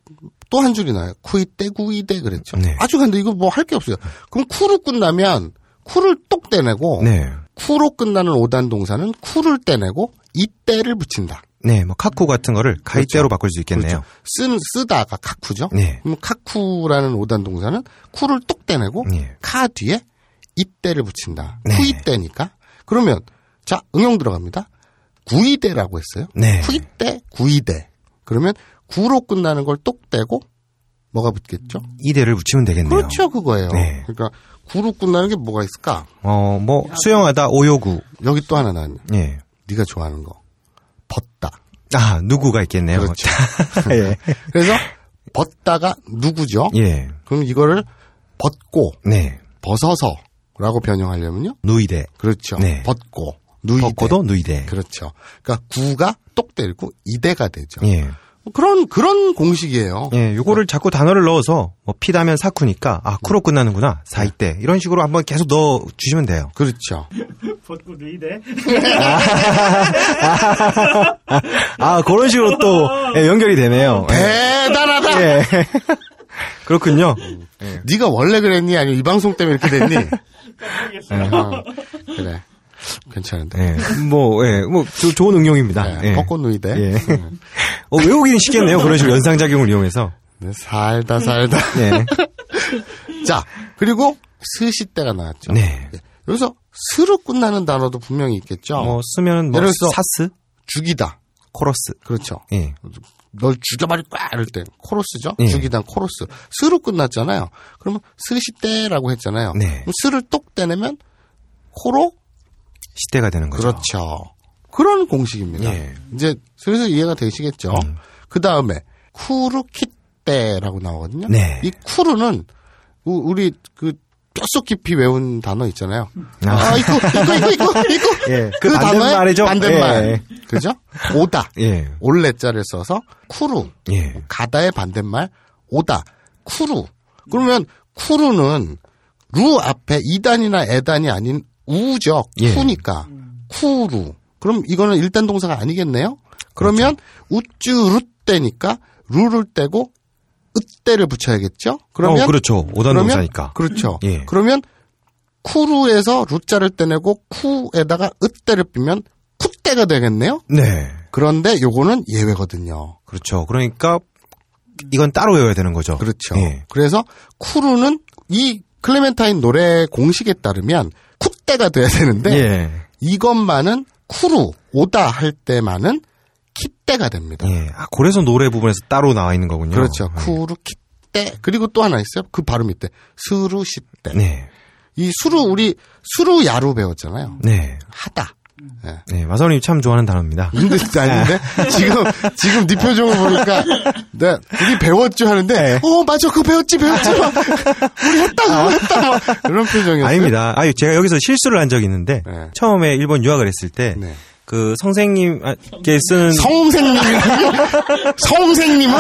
C: 또 한 줄이 나요. 쿠이떼 구이떼 그랬죠.
B: 네.
C: 아주 근데 이거 뭐 할 게 없어요. 그럼 쿠로 끝나면 쿠를 똑 떼내고
B: 네.
C: 쿠로 끝나는 오단 동사는 쿠를 떼내고 이떼를 붙인다.
B: 네. 뭐 카쿠 같은 거를
C: 그렇죠.
B: 가이떼로 바꿀 수 있겠네요.
C: 쓴 쓰다가 카쿠죠.
B: 네.
C: 그럼 카쿠라는 오단 동사는 쿠를 똑 떼내고
B: 네.
C: 카 뒤에 이때를 붙인다.
B: 네.
C: 쿠이때니까. 그러면 자 응용 들어갑니다. 구이대라고 했어요.
B: 네.
C: 구이대, 구이대. 그러면 구로 끝나는 걸 똑대고 뭐가 붙겠죠?
B: 이대를 붙이면 되겠네요.
C: 그렇죠, 그거예요.
B: 음. 네.
C: 그러니까 구로 끝나는 게 뭐가 있을까?
B: 어, 뭐 수영하다 오요구.
C: 여기 또 하나 나왔네.
B: 예.
C: 네가 좋아하는 거. 벗다.
B: 아, 누구가 있겠네요.
C: 그렇죠.
B: 예.
C: 그래서 벗다가 누구죠?
B: 예.
C: 그럼 이거를 벗고
B: 네.
C: 벗어서라고 변형하려면요.
B: 누이대.
C: 그렇죠.
B: 네.
C: 벗고 누이대.
B: 벗고도 네. 누이대.
C: 그렇죠. 그러니까 구가 똑대고 이대가 되죠. 뭐
B: 예.
C: 그런 그런 공식이에요.
B: 예, 요거를 자꾸 단어를 넣어서 뭐 피다면 사쿠니까
C: 음.
B: 아, 쿠로 끝나는구나.
C: 네.
B: 사이대. 이런 식으로 한번 계속 넣어 주시면 돼요.
C: 그렇죠.
A: 벗고 누이대.
C: 네.
B: 아, 그런 식으로 또 예, 연결이 되네요. 예.
C: 대단하다.
B: 예. 그렇군요.
C: 네가 원래 그랬니? 아니면 이 방송 때문에 이렇게 됐니?
B: 네.
A: 모르겠어요.
C: 아, 그래. 괜찮은데.
B: 예. 뭐, 예. 뭐 조- 좋은 응용입니다.
C: 네,
B: 예.
C: 벗고 누이대.
B: 예. 어, 외우기는 쉽겠네요. 그런 식으로 연상작용을 이용해서.
C: 네, 살다 살다.
B: 예.
C: 자, 그리고 스시 때가 나왔죠.
B: 네.
C: 예. 여기서 스로 끝나는 단어도 분명히 있겠죠.
B: 뭐 쓰면은 뭐
C: 예를 들어서-
B: 사스,
C: 죽이다.
B: 코러스.
C: 그렇죠.
B: 예.
C: 널 죽여버릴 거야 이럴 때 코러스죠.
B: 예.
C: 죽이다 코러스. 스로 끝났잖아요. 그러면 스시 때라고 했잖아요.
B: 네.
C: 그럼 스를 똑 떼내면 코로
B: 시대가 되는 거죠.
C: 그렇죠. 그런 공식입니다.
B: 예.
C: 이제 슬슬 이해가 되시겠죠. 그 다음에 쿠르키떼라고 나오거든요.
B: 네.
C: 이 쿠르는 우- 우리 그 뼛속 깊이 외운 단어 있잖아요.
B: 아.
C: 아, 이거 이거 이거 이거 이거
B: 예, 그 반대말이죠?
C: 반대말
B: 예.
C: 그죠? 오다
B: 예.
C: 올레자를 써서 쿠루
B: 예.
C: 가다의 반대말 오다 쿠루 그러면 쿠루는 루 앞에 이단이나 에단이 아닌 우죠
B: 예.
C: 쿠니까 쿠루 그럼 이거는 일단 동사가 아니겠네요 그러면
B: 그렇죠.
C: 우쭈루 때니까 루를 떼고 으떼를 붙여야겠죠 그러면
B: 어, 그렇죠. 오단
C: 그러면-
B: 동사니까.
C: 그렇죠
B: 예.
C: 그러면 쿠루에서 루자를 떼내고 쿠에다가 으떼를 빼면 쿠떼가 되겠네요
B: 네.
C: 그런데 요거는 예외거든요
B: 그렇죠. 그러니까 이건 따로 외워야 되는 거죠.
C: 그렇죠.
B: 예.
C: 그래서 쿠루는 이 클레멘타인 노래 공식에 따르면 쿠떼가 돼야 되는데
B: 예.
C: 이것만은 쿠루 오다 할 때만은 키떼가 됩니다.
B: 예. 아, 그래서 노래 부분에서 따로 나와 있는 거군요.
C: 그렇죠.
B: 예.
C: 쿠루 키떼 그리고 또 하나 있어요. 그 발음 이때 스루시떼.
B: 네.
C: 이 수루 우리 수루 야루 배웠잖아요.
B: 네.
C: 하다. 예.
B: 네. 마선님 참 좋아하는 단어입니다.
C: 근데 아닌데 지금 지금 네 표정을 보니까 네 우리 배웠죠
B: 예.
C: 하는데 어 맞아 그거 배웠지 배웠지 막 우리 했다 그거 했다 막 이런 표정이었어요.
B: 아닙니다. 아유, 제가 여기서 실수를 한 적이 있는데
C: 네.
B: 처음에 일본 유학을 했을 때 그
C: 네.
B: 선생님께 쓰는
C: 성생님 성생님은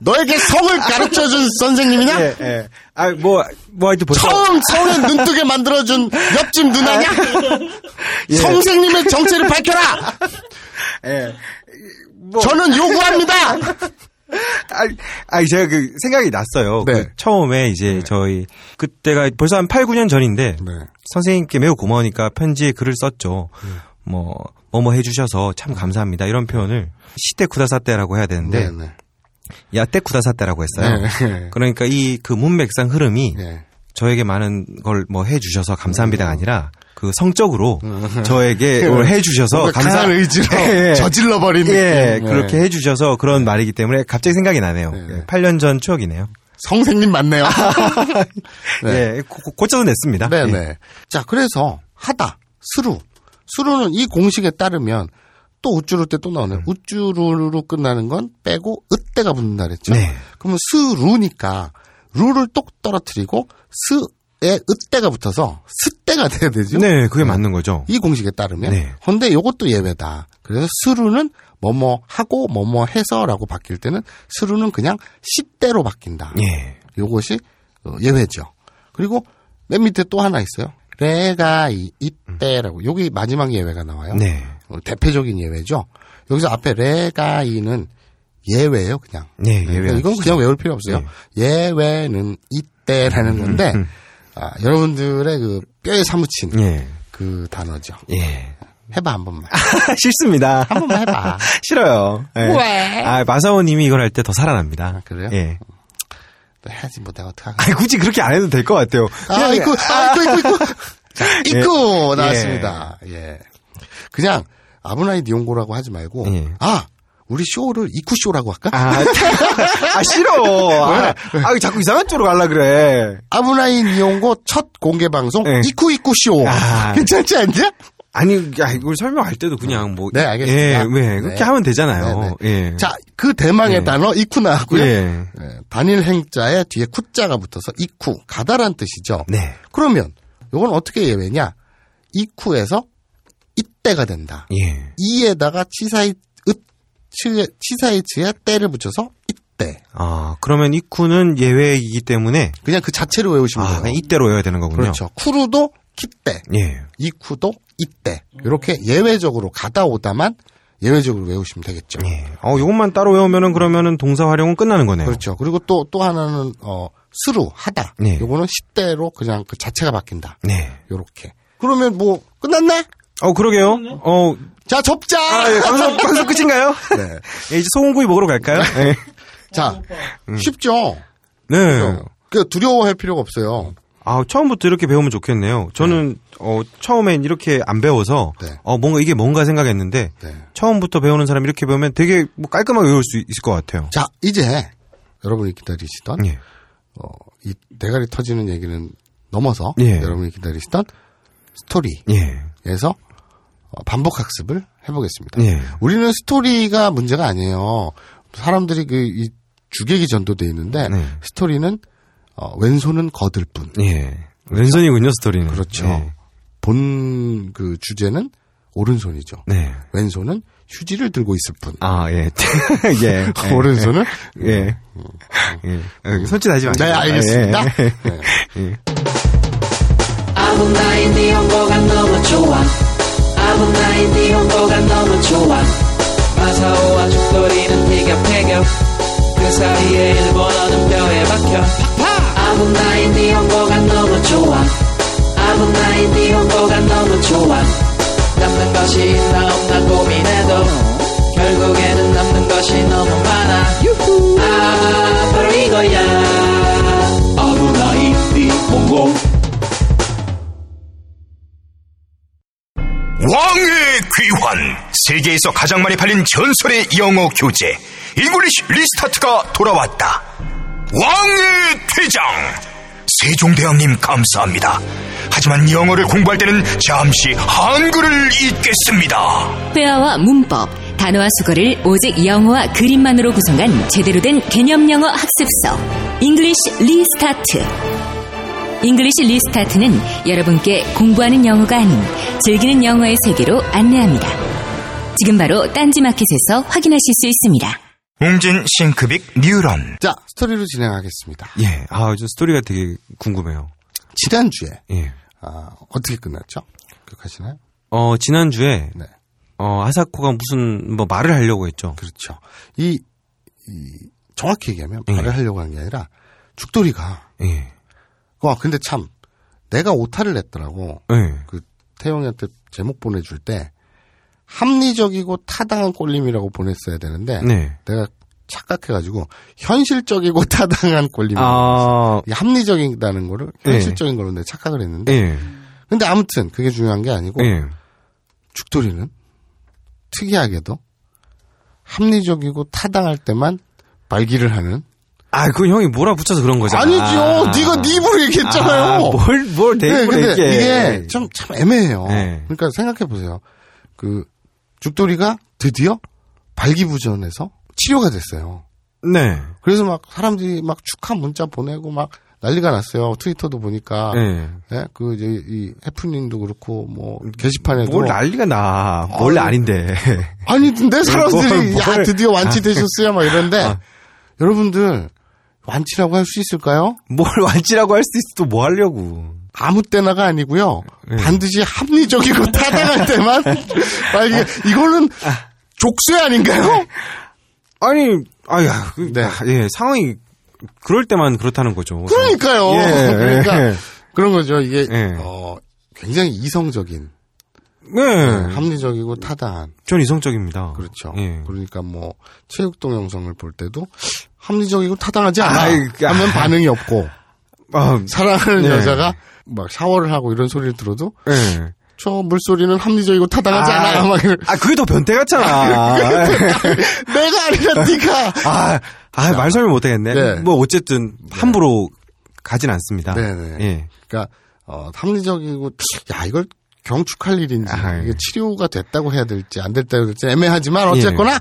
C: 너에게 성을 가르쳐준 선생님이냐?
B: 예, 예. 아, 뭐, 뭐 하여튼 보통.
C: 처음 성을 눈뜨게 만들어준 옆집 누나냐?
B: 아, 예.
C: 성생님의 정체를 밝혀라.
B: 뭐.
C: 저는 요구합니다.
B: 아니, 아니, 제가 그 생각이 났어요.
C: 네.
B: 그 처음에 이제 저희 그때가 벌써 한 8, 9년 전인데
C: 네.
B: 선생님께 매우 고마우니까 편지에 글을 썼죠. 뭐, 뭐뭐 해주셔서 참 감사합니다. 이런 표현을 시대 쿠다사떼라고 해야 되는데
C: 네.
B: 야떼 쿠다사떼라고 했어요.
C: 네.
B: 그러니까 이 그 문맥상 흐름이
C: 네.
B: 저에게 많은 걸 뭐 해주셔서 감사합니다가 아니라 그 성적으로 저에게 뭘 해주셔서
C: 네. 뭔가 강한 의지로
B: 예, 예.
C: 저질러버리는
B: 예,
C: 느낌.
B: 그렇게 해주셔서 그런 말이기 때문에 갑자기 생각이 나네요.
C: 네, 네.
B: 예, 8년 전 추억이네요.
C: 성생님 맞네요. 네.
B: 예, 고- 고- 고쳐서 냈습니다.
C: 네,
B: 예.
C: 네. 자, 그래서 하다, 스루. 스루는 이 공식에 따르면 또 우쭈루 때 또
B: 음.
C: 나오네요. 우쭈루로 끝나는 건 빼고 으때가 붙는다 그랬죠.
B: 네.
C: 그러면 스루니까 루를 똑 떨어뜨리고 스에 으때가 붙어서 스때가 돼야 되죠.
B: 네, 그게 맞는 거죠.
C: 이 공식에 따르면.
B: 네.
C: 근데 이것도 예외다. 그래서 스루는 뭐뭐 하고 뭐뭐 해서라고 바뀔 때는 스루는 그냥 시대로 바뀐다.
B: 예.
C: 요것이 어, 예외죠. 그리고 맨 밑에 또 하나 있어요. 레가 이- 이때라고 여기 마지막 예외가 나와요.
B: 네.
C: 어, 대표적인 예외죠. 여기서 앞에 레가 이는 예외예요, 그냥. 그러니까
B: 네, 예외. 네.
C: 이건 그냥 외울 필요 없어요. 예외는 이때라는
B: 음.
C: 건데 아, 여러분들의 그 뼈에 사무친
B: 예.
C: 그 단어죠.
B: 예. 아.
C: 해봐 한 번만.
B: 싫습니다.
C: 한 번만 해봐.
B: 싫어요. 예.
G: 왜?
B: 아, 마사오 님이 이걸 할 때 더 살아납니다.
C: 아, 그래요?
B: 예.
C: 또 해야지 뭐 내가 어떡하겠어.
B: 아니, 굳이 그렇게 안 해도 될 것 같아요.
C: 아, 이거, 아, 이거, 이거, 이거. 자, 이거
B: 예.
C: 나왔습니다. 예. 그냥 아브나이 니온고라고 하지 말고
B: 예.
C: 아 우리 쇼를 이쿠쇼라고 할까?
B: 아, 아, 싫어. 아, 아, 자꾸 이상한 쪽으로 갈라 그래.
C: 아브나이 니온고 첫 공개 방송
B: 예.
C: 이쿠이쿠쇼
B: 아.
C: 어. 괜찮지 않냐?
B: 아니, 야, 이걸 설명할 때도 그냥 뭐.
C: 네, 알겠습니다.
B: 예, 왜, 그렇게
C: 네.
B: 하면 되잖아요.
C: 네, 네.
B: 예.
C: 자 그 대망의
B: 예.
C: 단어 이쿠 나왔고요.
B: 예.
C: 예, 단일 행자에 뒤에 쿠자가 붙어서 이쿠 가다란 뜻이죠.
B: 네.
C: 그러면 요건 어떻게 예외냐? 이쿠에서 이때가 된다.
B: 예.
C: 이에다가 치사이 읒 치- 치사이치에 때를 붙여서 이때.
B: 아, 그러면 이 쿠는 예외이기 때문에.
C: 그냥 그 자체를 외우시면
B: 아, 그냥
C: 돼요.
B: 이때로 외워야 되는 거군요.
C: 그렇죠. 쿠루도 키때,
B: 예.
C: 이쿠도 이때. 이렇게 예외적으로 가다 오다만 예외적으로 외우시면 되겠죠.
B: 예. 어, 요것만 따로 외우면은 그러면은 동사 활용은 끝나는 거네요.
C: 그렇죠. 그리고 또 또 하나는 어 스루 하다.
B: 네.
C: 요거는 시대로 그냥 그 자체가 바뀐다.
B: 네.
C: 요렇게. 그러면 뭐 끝났네?
B: 어, 그러게요. 어,
C: 자, 접자.
B: 아, 예, 방송, 방송 끝인가요?
C: 네.
B: 예, 이제 소금구이 먹으러 갈까요? 예.
C: 자, 쉽죠.
B: 음. 네.
C: 그 두려워할 필요가 없어요.
B: 아, 처음부터 이렇게 배우면 좋겠네요. 저는, 어, 처음엔 이렇게 안 배워서,
C: 네.
B: 어, 뭔가 이게 뭔가 생각했는데,
C: 네.
B: 처음부터 배우는 사람이 이렇게 배우면 되게 뭐 깔끔하게 외울 수 있을 것 같아요.
C: 자, 이제 여러분이 기다리시던
B: 예.
C: 어, 이 대가리 터지는 얘기는 넘어서
B: 예.
C: 여러분이 기다리시던 스토리에서
B: 예.
C: 어, 반복 학습을 해보겠습니다.
B: 예.
C: 우리는 스토리가 문제가 아니에요. 사람들이 그 이 주객이 전도돼 있는데
B: 네.
C: 스토리는 어, 왼손은 거들 뿐.
B: 예. 왼손이군요, 스토리는.
C: 그렇죠.
B: 예.
C: 본 그 주제는 오른손이죠.
B: 네.
C: 왼손은 휴지를 들고 있을 뿐. 네.
B: 아, 예. 예. 예.
C: 오른손은
B: 예. 예. 예. 손짓하지 마세요.
C: 음. 네, 알겠습니다.
B: 아, 예.
C: 네.
H: 아브나인 네 연보가 너무 좋아 아브나인 네 연보가 너무 좋아 마사오와 죽돌이는 티격태격 그 사이에 일본어는 뼈에 박혀 아브나인 네 연보가 너무 좋아 아브나인 네 연보가 너무 좋아 남는 것이 있나 없나 고민해도 결국에는 남는 것이 너무 많아 아 바로 이거야 아브나인 네 연보
I: 왕의 귀환 세계에서 가장 많이 팔린 전설의 영어 교재 잉글리시 리스타트가 돌아왔다 왕의 퇴장 세종대왕님 감사합니다 하지만 영어를 공부할 때는 잠시 한글을 읽겠습니다
G: 회화와 문법, 단어와 수거를 오직 영어와 그림만으로 구성한 제대로 된 개념 영어 학습서 잉글리시 리스타트 잉글리시 리스타트는 여러분께 공부하는 영어가 아닌 즐기는 영어의 세계로 안내합니다. 지금 바로 딴지마켓에서 확인하실 수 있습니다.
I: 웅진 싱크빅 뉴런
C: 자, 스토리로 진행하겠습니다.
B: 예. 아, 저 스토리가 되게 궁금해요.
C: 지난주에
B: 예.
C: 아, 어떻게 끝났죠? 기억하시나요?
B: 어, 지난주에,
C: 네.
B: 어, 아사코가 무슨, 뭐, 말을 하려고 했죠.
C: 그렇죠. 이, 이 정확히 얘기하면 말을 하려고 한 게 아니라 죽돌이가
B: 예.
C: 와 근데 참 내가 오타를 냈더라고.
B: 예.
C: 그 태용이한테 제목 보내줄 때 합리적이고 타당한 꼴림이라고 보냈어야 되는데
B: 네.
C: 내가 착각해가지고 현실적이고 타당한 꼴림.
B: 아,
C: 이 합리적이다는 거를
B: 예.
C: 현실적인 걸로 내가 착각을 했는데
B: 예.
C: 근데 아무튼 그게 중요한 게 아니고
B: 예.
C: 죽돌이는 특이하게도 합리적이고 타당할 때만 말기를 하는
B: 아, 그건 형이 몰아붙여서 그런 거잖아.
C: 아니죠.
B: 아.
C: 네가 네 입으로 얘기했잖아요.
B: 아, 뭘, 뭘
C: 네,
B: 대입을
C: 근데
B: 했게. 예.
C: 이게 참, 참 애매해요.
B: 네.
C: 그러니까 생각해 보세요. 그 죽돌이가 드디어 발기부전에서 치료가 됐어요.
B: 네.
C: 그래서 막 사람들이 막 축하 문자 보내고 막 난리가 났어요. 트위터도 보니까
B: 예.
C: 예, 그 이제 이 해프닝도 그렇고 뭐 게시판에도
B: 뭘 난리가 나. 원래 아닌데.
C: 아니 근데 사람들이
B: 뭘, 뭘. 아.
C: 야 드디어 완치되셨어요 막 이런데 여러분들 완치라고 할 수 있을까요?
B: 뭘 완치라고 할 수 있어 또 뭐 하려고.
C: 아무 때나가 아니고요.
B: 네.
C: 반드시 합리적이고 타당할 때만. 아, 이게, 이거는
B: 아.
C: 족쇄
B: 네.
C: 아닌가요?
B: 아니, 아야, 그,
C: 네.
B: 아, 예, 상황이 그럴 때만 그렇다는 거죠.
C: 그러니까요.
B: 예,
C: 그러니까
B: 예.
C: 그런 거죠. 이게
B: 예.
C: 어, 굉장히 이성적인,
B: 네.
C: 합리적이고 타당한.
B: 전 이성적입니다.
C: 그렇죠.
B: 예.
C: 그러니까 뭐 체육 동영상을 볼 때도 합리적이고 타당하지 않아.
B: 아이, 그-
C: 하면 반응이 없고
B: 아,
C: 사랑하는
B: 네.
C: 여자가 막 샤워를 하고 이런 소리를 들어도
B: 예.
C: 저 물소리는 합리적이고 타당하지 않아요. 막 이런.
B: 아, 네. 그게 더 변태 같잖아.
C: 내가 아니라 네가.
B: 아, 아, 말 설명 못하겠네.
C: 네.
B: 뭐 어쨌든 함부로 가진 않습니다.
C: 네네.
B: 예.
C: 그러니까 어, 합리적이고 야 이걸 경축할 일인지
B: 아, 예.
C: 이게 치료가 됐다고 해야 될지 안 됐다고 해야 될지 애매하지만
B: 예.
C: 어쨌거나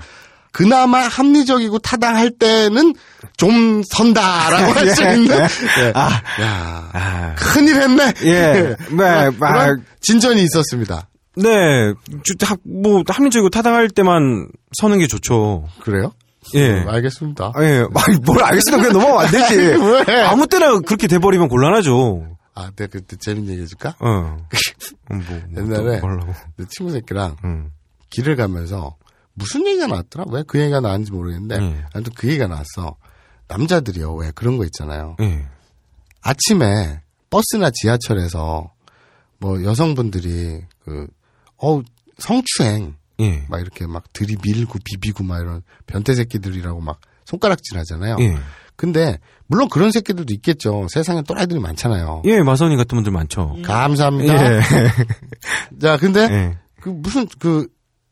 C: 그나마 합리적이고 타당할 때는 좀 선다라고 할 수 있는 예.
B: 아.
C: 야
B: 아.
C: 큰일 했네
B: 예. 네,
C: 그런-
B: 아.
C: 그런 진전이 있었습니다
B: 네. 주- 하- 뭐 합리적이고 타당할 때만 서는 게 좋죠.
C: 그래요
B: 예.
C: 음, 알겠습니다
B: 아, 예. 아니, 뭘 알겠습니다. 그냥 넘어가면 안 되지.
C: 왜?
B: 아무 때나 그렇게 돼버리면 곤란하죠.
C: 아 내가 그때 재밌는 얘기 해줄까
B: 어. 음, 뭐, 뭐
C: 옛날에
B: 또 뭐라고.
C: 내 친구 새끼랑
B: 음.
C: 길을 가면서 무슨 얘기가 나왔더라? 왜 그 얘기가 나왔는지 모르겠는데
B: 음.
C: 아무튼 그 얘기가 나왔어. 남자들이요. 왜 그런 거 있잖아요.
B: 예.
C: 아침에 버스나 지하철에서 뭐 여성분들이 그 어우 성추행
B: 예.
C: 막 이렇게 막 들이밀고 비비고 막 이런 변태 새끼들이라고 막 손가락질 하잖아요.
B: 예.
C: 근데 물론 그런 새끼들도 있겠죠. 세상에 또라이들이 많잖아요.
B: 예, 마선이 같은 분들 많죠.
C: 음, 감사합니다.
B: 예.
C: 자, 근데
B: 예.
C: 그 무슨 그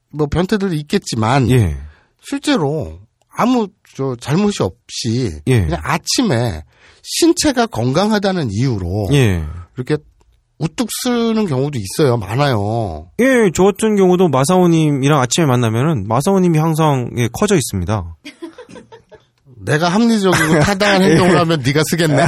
C: 뭐 변태들도 있겠지만
B: 예.
C: 실제로 아무 저 잘못이 없이
B: 예.
C: 그냥 아침에 신체가 건강하다는 이유로
B: 예.
C: 이렇게 우뚝 쓰는 경우도 있어요. 많아요.
B: 예, 저 같은 경우도 마사오님이랑 아침에 만나면은 마사오님이 항상 예, 커져 있습니다.
C: 내가 합리적이고 타당한
B: 예.
C: 행동을 하면 네가 쓰겠네.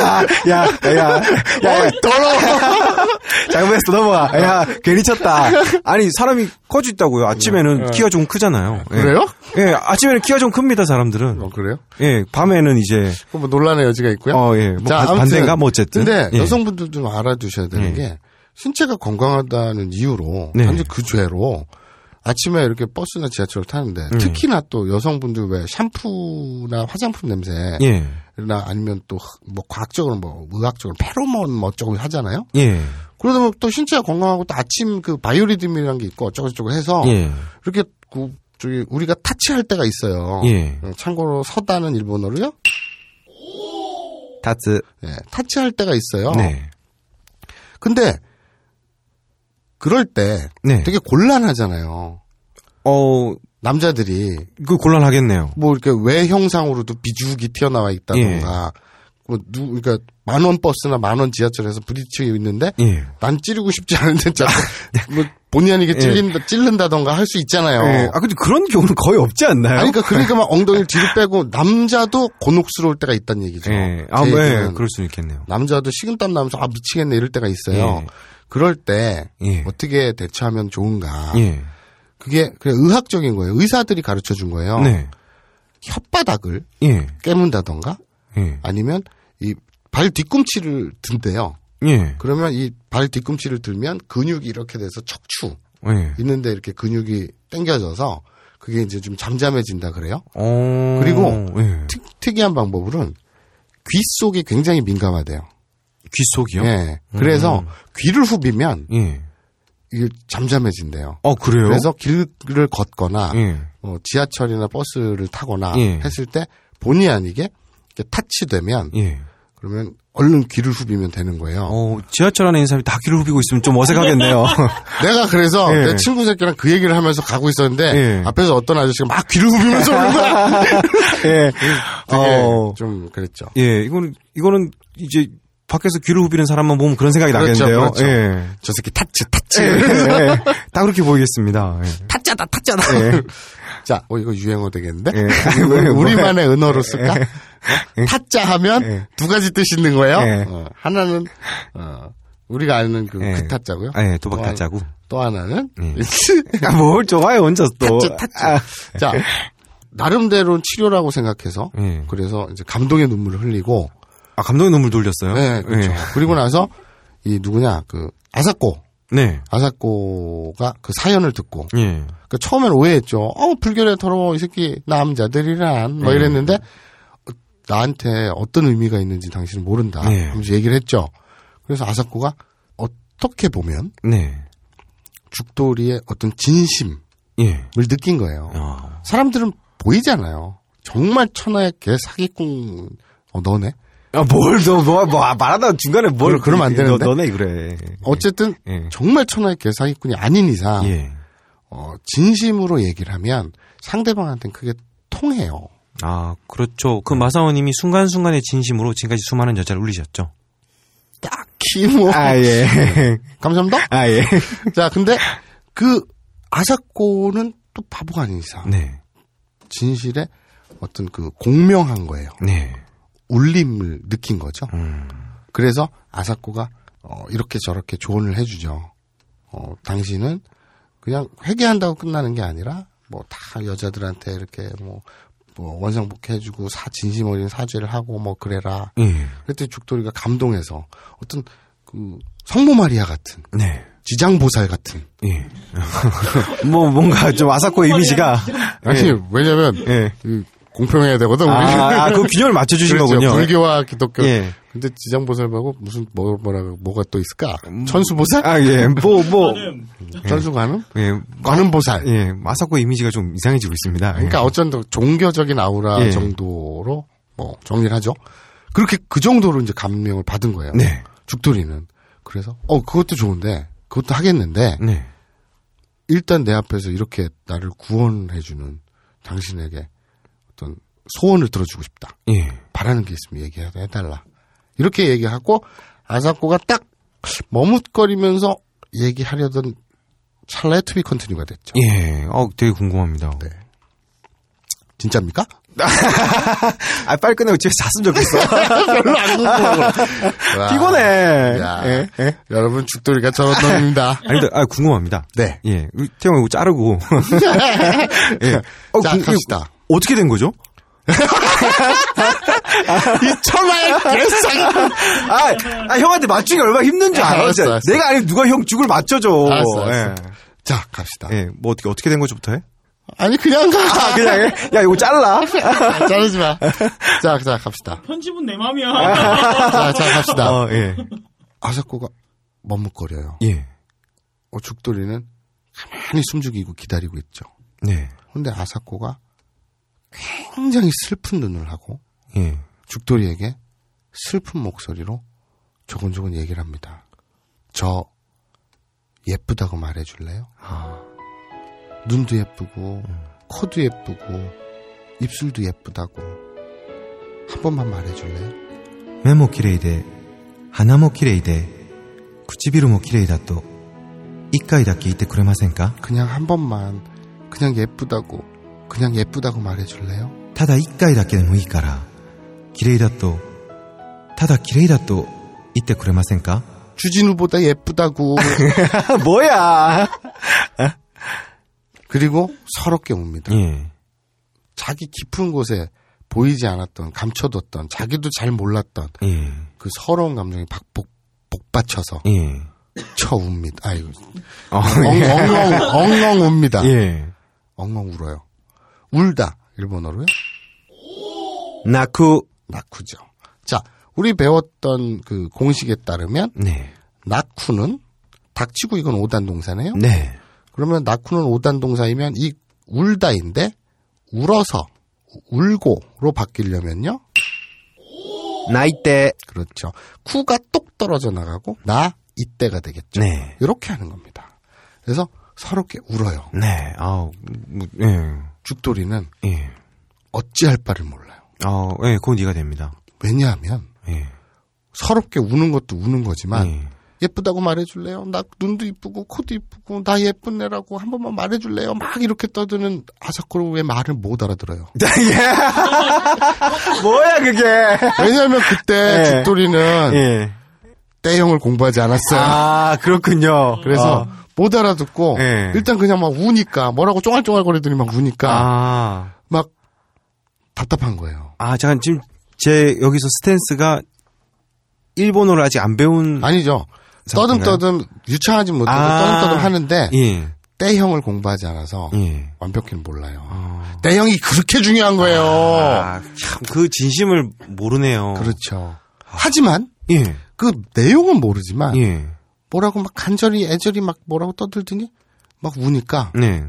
B: 야, 야, 야,
C: 어이, 더러워.
B: 잘못했어, 넘어가. 야, 괜히 쳤다. 아니, 사람이 커져 있다고요. 아침에는 키가 좀 크잖아요. 예.
C: 어, 그래요?
B: 예, 아침에는 키가 좀 큽니다, 사람들은.
C: 어, 그래요?
B: 예, 밤에는 이제,
C: 그럼 뭐 논란의 여지가 있고요.
B: 어, 예. 뭐 반-
C: 아무튼
B: 반대인가? 뭐 어쨌든.
C: 근데
B: 예.
C: 여성분들 좀 알아두셔야 되는
B: 예.
C: 게 신체가 건강하다는 이유로
B: 네.
C: 단지 그 죄로 아침에 이렇게 버스나 지하철을 타는데
B: 음.
C: 특히나 또 여성분들 왜 샴푸나 화장품 냄새나
B: 예,
C: 아니면 또 뭐 과학적으로 뭐 의학적으로 페로몬 뭐 어쩌고 하잖아요.
B: 예,
C: 그러다 보면 또 신체가 건강하고 또 아침 그 바이오리듬이라는 게 있고 어쩌고저쩌고 해서
B: 예,
C: 이렇게 그 저기 우리가 타치할 때가 있어요. 음,
B: 예.
C: 참고로 서다는 일본어로요.
B: 다트.
C: 예, 타치할 때가 있어요.
B: 네.
C: 근데 그럴 때
B: 네.
C: 되게 곤란하잖아요.
B: 어,
C: 남자들이
B: 그 곤란하겠네요.
C: 뭐 이렇게 외형상으로도 비죽이 튀어나와 있다던가
B: 예.
C: 뭐 누, 그러니까 만원 버스나 만원 지하철에서 부딪히고 있는데
B: 예.
C: 난 찌르고 싶지 않은데 자꾸 뭐 본의 아니게 찔린다, 찔른다던가 할 수 있잖아요.
B: 네. 예. 아, 근데 그런 경우는 거의 없지 않나요?
C: 아니, 그러니까 그러니까 막 엉덩이를 뒤로 빼고 남자도 곤혹스러울 때가 있다는 얘기죠.
B: 예. 아,
C: 제
B: 네.
C: 얘기는.
B: 그럴 수 있겠네요.
C: 남자도 식은땀 나면서 아 미치겠네 이럴 때가 있어요.
B: 예.
C: 그럴 때
B: 예.
C: 어떻게 대처하면 좋은가?
B: 예.
C: 그게 그냥 의학적인 거예요. 의사들이 가르쳐 준 거예요.
B: 네.
C: 혓바닥을
B: 예.
C: 깨문다던가
B: 예.
C: 아니면 이 발 뒤꿈치를 든대요.
B: 예.
C: 그러면 이 발 뒤꿈치를 들면 근육이 이렇게 돼서 척추
B: 예.
C: 있는데 이렇게 근육이 당겨져서 그게 이제 좀 잠잠해진다 그래요.
B: 어.
C: 그리고
B: 예.
C: 특, 특이한 방법으로는 귀 속이 굉장히 민감하대요.
B: 귀 속이요? 음.
C: 예. 그래서 귀를 후비면
B: 예.
C: 이게 잠잠해진대요.
B: 어, 그래요?
C: 그래서 길을 걷거나
B: 예.
C: 어, 지하철이나 버스를 타거나
B: 예.
C: 했을 때 본의 아니게 이렇게 타치되면
B: 예.
C: 그러면 얼른 귀를 후비면 되는 거예요.
B: 어, 지하철 안에 있는 사람이 다 귀를 후비고 있으면 좀 어색하겠네요.
C: 내가 그래서
B: 예.
C: 내 친구 새끼랑 그 얘기를 하면서 가고 있었는데
B: 예.
C: 앞에서 어떤 아저씨가 막 귀를 후비면서 오는 거야.
B: 예.
C: 되게
B: 어.
C: 좀 그랬죠.
B: 예. 이거는 이거는 이제 밖에서 귀를 후비는 사람만 보면 그런 생각이
C: 그렇죠,
B: 나겠는데요.
C: 그렇죠.
B: 예.
C: 저 새끼 타치 타치.
B: 예. 다 그렇게 보이겠습니다. 예.
C: 타짜다 타짜다.
B: 예.
C: 자, 어, 이거 유행어 되겠는데?
B: 예.
C: 우리- 우리만의 은어로 쓸까? 어? 타짜 하면
B: 예.
C: 두 가지 뜻이 있는 거예요.
B: 예.
C: 어, 하나는 어, 우리가 아는 그,
B: 예.
C: 그 타짜고요.
B: 아, 예, 도박
C: 또 하-
B: 타짜고.
C: 또 하나는
B: 아, 뭘 좋아해 혼자 또.
C: 타짜 타짜. 자, 나름대로 치료라고 생각해서
B: 예.
C: 그래서 이제 감동의 눈물을 흘리고
B: 아, 감독의 눈물 돌렸어요. 예.
C: 네, 그렇죠. 그리고 나서 이 누구냐 그 아사코
B: 네.
C: 아사코가 그 사연을 듣고
B: 예.
C: 그 처음엔 오해했죠. 어, 불결에 더러워, 이 새끼, 남자들이란. 뭐 이랬는데, 어, 나한테 어떤 의미가 있는지 당신은 모른다.
B: 예.
C: 하면서 얘기를 했죠. 그래서 아사코가 어떻게 보면
B: 네.
C: 죽돌이의 어떤 진심을
B: 예.
C: 느낀 거예요.
B: 아,
C: 사람들은 보이잖아요. 정말 천하의 개 사기꾼, 어, 너네?
B: 아, 뭘, 너, 뭐, 뭐, 아, 말하다 중간에 뭘.
C: 그러- 그러면 안
B: 너-
C: 되는데?
B: 너네, 그래.
C: 어쨌든
B: 예.
C: 정말 천하의 개사기꾼이 아닌 이상
B: 예.
C: 어, 진심으로 얘기를 하면 상대방한테는 그게 통해요.
B: 아, 그렇죠. 그 마사오님이 순간순간의 진심으로 지금까지 수많은 여자를 울리셨죠.
C: 딱히 뭐
B: 예.
C: 감사합니다.
B: 아, 예.
C: 자, 근데 그 아사코는 또 바보가 아닌 이상
B: 네.
C: 진실에 어떤 그 공명한 거예요.
B: 네.
C: 울림을 느낀 거죠.
B: 음.
C: 그래서 아사코가 어, 이렇게 저렇게 조언을 해주죠. 어, 당신은 그냥 회개한다고 끝나는 게 아니라 뭐 다 여자들한테 이렇게 뭐, 뭐 원상복해주고 사 진심 어린 사죄를 하고 뭐 그래라.
B: 예.
C: 그랬더니 죽돌이가 감동해서 어떤 그 성모 마리아 같은
B: 네.
C: 지장보살 같은
B: 예. 뭐, 뭔가 좀 아사코
C: 네.
B: 이미지가.
C: 아니 왜냐면
B: 예.
C: 그 공평해야 되거든.
B: 아, 아, 그 균형을 맞춰주신
C: 그렇죠.
B: 거군요.
C: 불교와 기독교.
B: 예.
C: 근데 지장보살하고 무슨 뭐 뭐라고 뭐가 또 있을까? 천수보살? 네.
B: 아, 예. 뭐, 뭐.
C: 천수관음?
B: 예.
C: 관음보살.
B: 예. 아사코 이미지가 좀 이상해지고 있습니다.
C: 그러니까 어쩐다 종교적인 아우라
B: 예.
C: 정도로 뭐 정리를 하죠. 그렇게 그 정도로 이제 감명을 받은 거예요.
B: 네.
C: 죽돌이는 그래서 어 그것도 좋은데 그것도 하겠는데
B: 네.
C: 일단 내 앞에서 이렇게 나를 구원해주는 당신에게 어떤 소원을 들어주고 싶다.
B: 예.
C: 바라는 게 있으면 얘기해달라. 이렇게 얘기하고 아사코가 딱 머뭇거리면서 얘기하려던 찰나의 투비 컨티뉴가 됐죠.
B: 예. 어, 되게 궁금합니다.
C: 네. 진짜입니까?
B: 아, 빨리 끝내고 집에 잤으면 좋겠어.
C: 별로 안 궁금하고.
B: 피곤해.
C: 야,
B: 예. 예.
C: 여러분 죽돌이가 저런 놈입니다.
B: 아니, 근데, 아, 궁금합니다.
C: 네.
B: 예. 태형 이거 자르고. 예. 어,
C: 자,
B: 궁-
C: 갑시다.
B: 이거 어떻게 된 거죠?
C: 천하의 개상.
B: 아, 아, 형한테 맞추기 얼마나 힘든지 네, 알아.
C: 알았어,
B: 진짜.
C: 알았어.
B: 내가 아니면 누가 형 죽을 맞춰줘.
C: 알았어, 알았어. 자 갑시다.
B: 예. 예, 뭐 어떻게 어떻게 된 거죠부터 해?
C: 아니 그냥 가.
B: 아, 그냥 해? 야 이거 잘라.
C: 아, 자르지 마. 자, 자 갑시다.
A: 편집은 내
C: 아, 네.
A: 맘이야.
C: 자, 자 갑시다.
B: 어, 예,
C: 아사코가 머뭇거려요.
B: 예,
C: 어, 죽돌이는 가만히 숨죽이고 기다리고 있죠.
B: 네,
C: 근데 아사코가 굉장히 슬픈 눈을 하고
B: 예.
C: 죽돌이에게 슬픈 목소리로 조곤조곤 얘기를 합니다. 저 예쁘다고 말해줄래요? 눈도 예쁘고 코도 예쁘고 입술도 예쁘다고 한 번만 말해줄래요?
B: 메모 키레이데, 하나모 키레이데, 쿠치비루 모 키레이다 또 이까이다 끼이테 그레마센까?
C: 그냥 한 번만 그냥 예쁘다고 그냥 예쁘다고 말해줄래요?
B: ただ一回だけでもいいから、綺麗だと、ただ綺麗だと言ってくれませんか
C: 주진우보다 예쁘다고
B: 뭐야!
C: 그리고 서럽게 웁니다.
B: 예.
C: 자기 깊은 곳에 보이지 않았던 감춰뒀던 자기도 잘 몰랐던
B: 예.
C: 그 서러운 감정이 박복 복받쳐서
B: 예.
C: 쳐 웁니다. 아이고
B: 어,
C: 엉, 엉엉 엉엉 웁니다.
B: 예.
C: 엉엉 울어요. 울다 일본어로요?
B: 나쿠.
C: 나쿠죠. 자 우리 배웠던 그 공식에 따르면
B: 네.
C: 나쿠는 닥치고 이건 오단 동사네요.
B: 네.
C: 그러면 나쿠는 오단 동사이면 이 울다인데 울어서 울고로 바뀌려면요.
B: 나이때.
C: 그렇죠. 쿠가 똑 떨어져 나가고 나 이때가 되겠죠.
B: 네.
C: 이렇게 하는 겁니다. 그래서 서럽게 울어요.
B: 네. 아우, 뭐, 예.
C: 죽돌이는
B: 예.
C: 어찌할 바를 몰라요.
B: 아, 예, 그건 네가 됩니다.
C: 왜냐하면
B: 예.
C: 서럽게 우는 것도 우는 거지만
B: 예.
C: 예쁘다고 말해줄래요? 나 눈도 이쁘고 코도 이쁘고 나 예쁜 애라고 한 번만 말해줄래요? 막 이렇게 떠드는 아사코로 왜 말을 못 알아들어요?
B: 뭐야, 그게!
C: 왜냐하면 그때
B: 예.
C: 죽돌이는
B: 예.
C: 때형을 공부하지 않았어요.
B: 아, 그렇군요.
C: 그래서
B: 어.
C: 못 알아듣고
B: 예.
C: 일단 그냥 막 우니까 뭐라고 쫑알쫑알거리더니 막 우니까
B: 아.
C: 막 답답한 거예요.
B: 아, 잠깐, 지금, 제, 여기서 스탠스가, 일본어를 아직 안 배운.
C: 아니죠.
B: 상태인가요?
C: 떠듬떠듬 유창하지 못하고
B: 아.
C: 떠듬떠듬 하는데
B: 예.
C: 때형을 공부하지 않아서
B: 예.
C: 완벽히는 몰라요. 때형이 그렇게 중요한 거예요.
B: 아, 참, 그 진심을
C: 어.
B: 모르네요.
C: 그렇죠. 하지만
B: 예.
C: 그 내용은 모르지만
B: 아. 예.
C: 뭐라고 막 간절히 애절히 막 뭐라고 떠들더니 막 우니까
B: 네.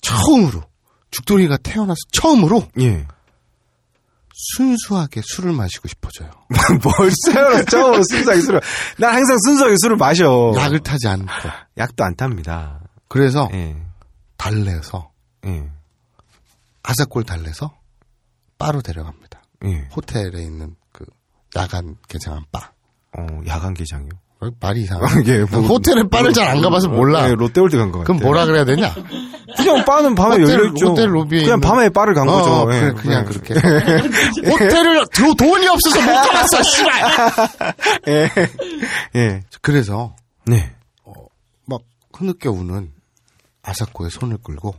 C: 처음으로 죽돌이가 태어나서 처음으로
B: 예.
C: 순수하게 술을 마시고 싶어져요.
B: 벌써요, 저 순수하게 술을. 난 항상 순수하게 술을 마셔.
C: 약을 타지 않고.
B: 약도 안 탑니다.
C: 그래서
B: 뭐. 예,
C: 달래서
B: 예,
C: 아사골 달래서 바로 데려갑니다.
B: 예.
C: 호텔에 있는 그 야간 개장한 바.
B: 어, 야간 개장이요.
C: 어, 말이 이상해.
B: 예, 뭐-
C: 호텔에 바를 잘 안 가봐서 몰라.
B: 예, 롯데월드 간 것 같아요.
C: 그럼 뭐라 그래야 되냐?
B: 그냥 바는 밤에
C: 호텔-
B: 열려있죠.
C: 호텔 로비에
B: 그냥
C: 있는-
B: 밤에 바를 간
C: 어,
B: 거죠.
C: 그래,
B: 예,
C: 그냥
B: 예.
C: 그렇게. 호텔을 도, 돈이 없어서 못 가봤어, 씨발.
B: 예. 예.
C: 그래서
B: 네.
C: 막 흐느껴 우는 아사코의 손을 끌고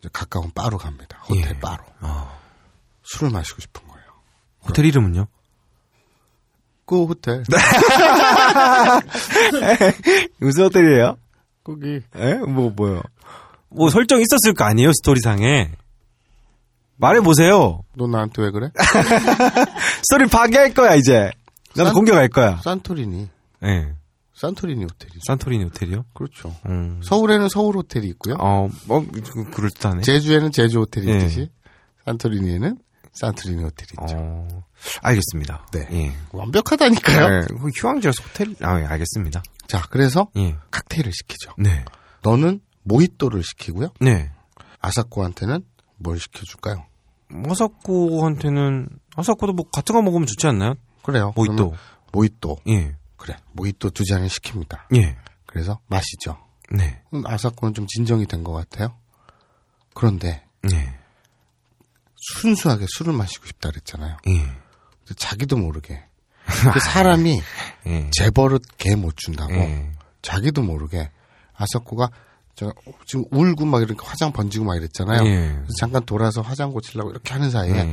C: 이제 가까운 바로 갑니다. 호텔
B: 예.
C: 바로.
B: 아.
C: 술을 마시고 싶은 거예요.
B: 호텔 이름은요?
C: 그 호텔
B: 네. 무슨 호텔이에요?
C: 거기
B: 예? 뭐, 뭐요? 뭐 설정 있었을 거 아니에요, 스토리상에. 말해보세요.
C: 너 나한테 왜 그래?
B: 네. 스토리 파괴할 거야, 이제. 난
C: 산-
B: 공격할 거야.
C: 산토리니
B: 예.
C: 산토리니 호텔이죠.
B: 산토리니 호텔이요?
C: 그렇죠.
B: 음.
C: 서울에는 서울 호텔이 있고요.
B: 어, 뭐, 그- 그럴듯하네.
C: 제주에는 제주 호텔이
B: 예.
C: 있듯이 산토리니에는 산토리니 호텔이 있죠.
B: 어, 알겠습니다.
C: 네.
B: 예.
C: 완벽하다니까요.
B: 예, 그 휴양지라서 호텔, 아, 예, 알겠습니다.
C: 자, 그래서
B: 예.
C: 칵테일을 시키죠.
B: 네.
C: 너는 모히또를 시키고요.
B: 네.
C: 아사코한테는 뭘 시켜줄까요?
B: 화사코한테는, 화사코도 뭐 같은 거 먹으면 좋지 않나요?
C: 그래요.
B: 모히또.
C: 그러면 모히또.
B: 예.
C: 그래. 모히또 두 잔을 시킵니다.
B: 예.
C: 그래서 마시죠.
B: 네.
C: 음, 아사코는 좀 진정이 된 것 같아요. 그런데
B: 네.
C: 순수하게 술을 마시고 싶다 그랬잖아요.
B: 예.
C: 근데 자기도 모르게 그 사람이
B: 예.
C: 제 버릇 개 못 준다고
B: 예.
C: 자기도 모르게 아사코가 저 지금 울고 막 이렇게 화장 번지고 막 이랬잖아요.
B: 예.
C: 그래서 잠깐 돌아서 화장 고치려고 이렇게 하는 사이에
B: 예.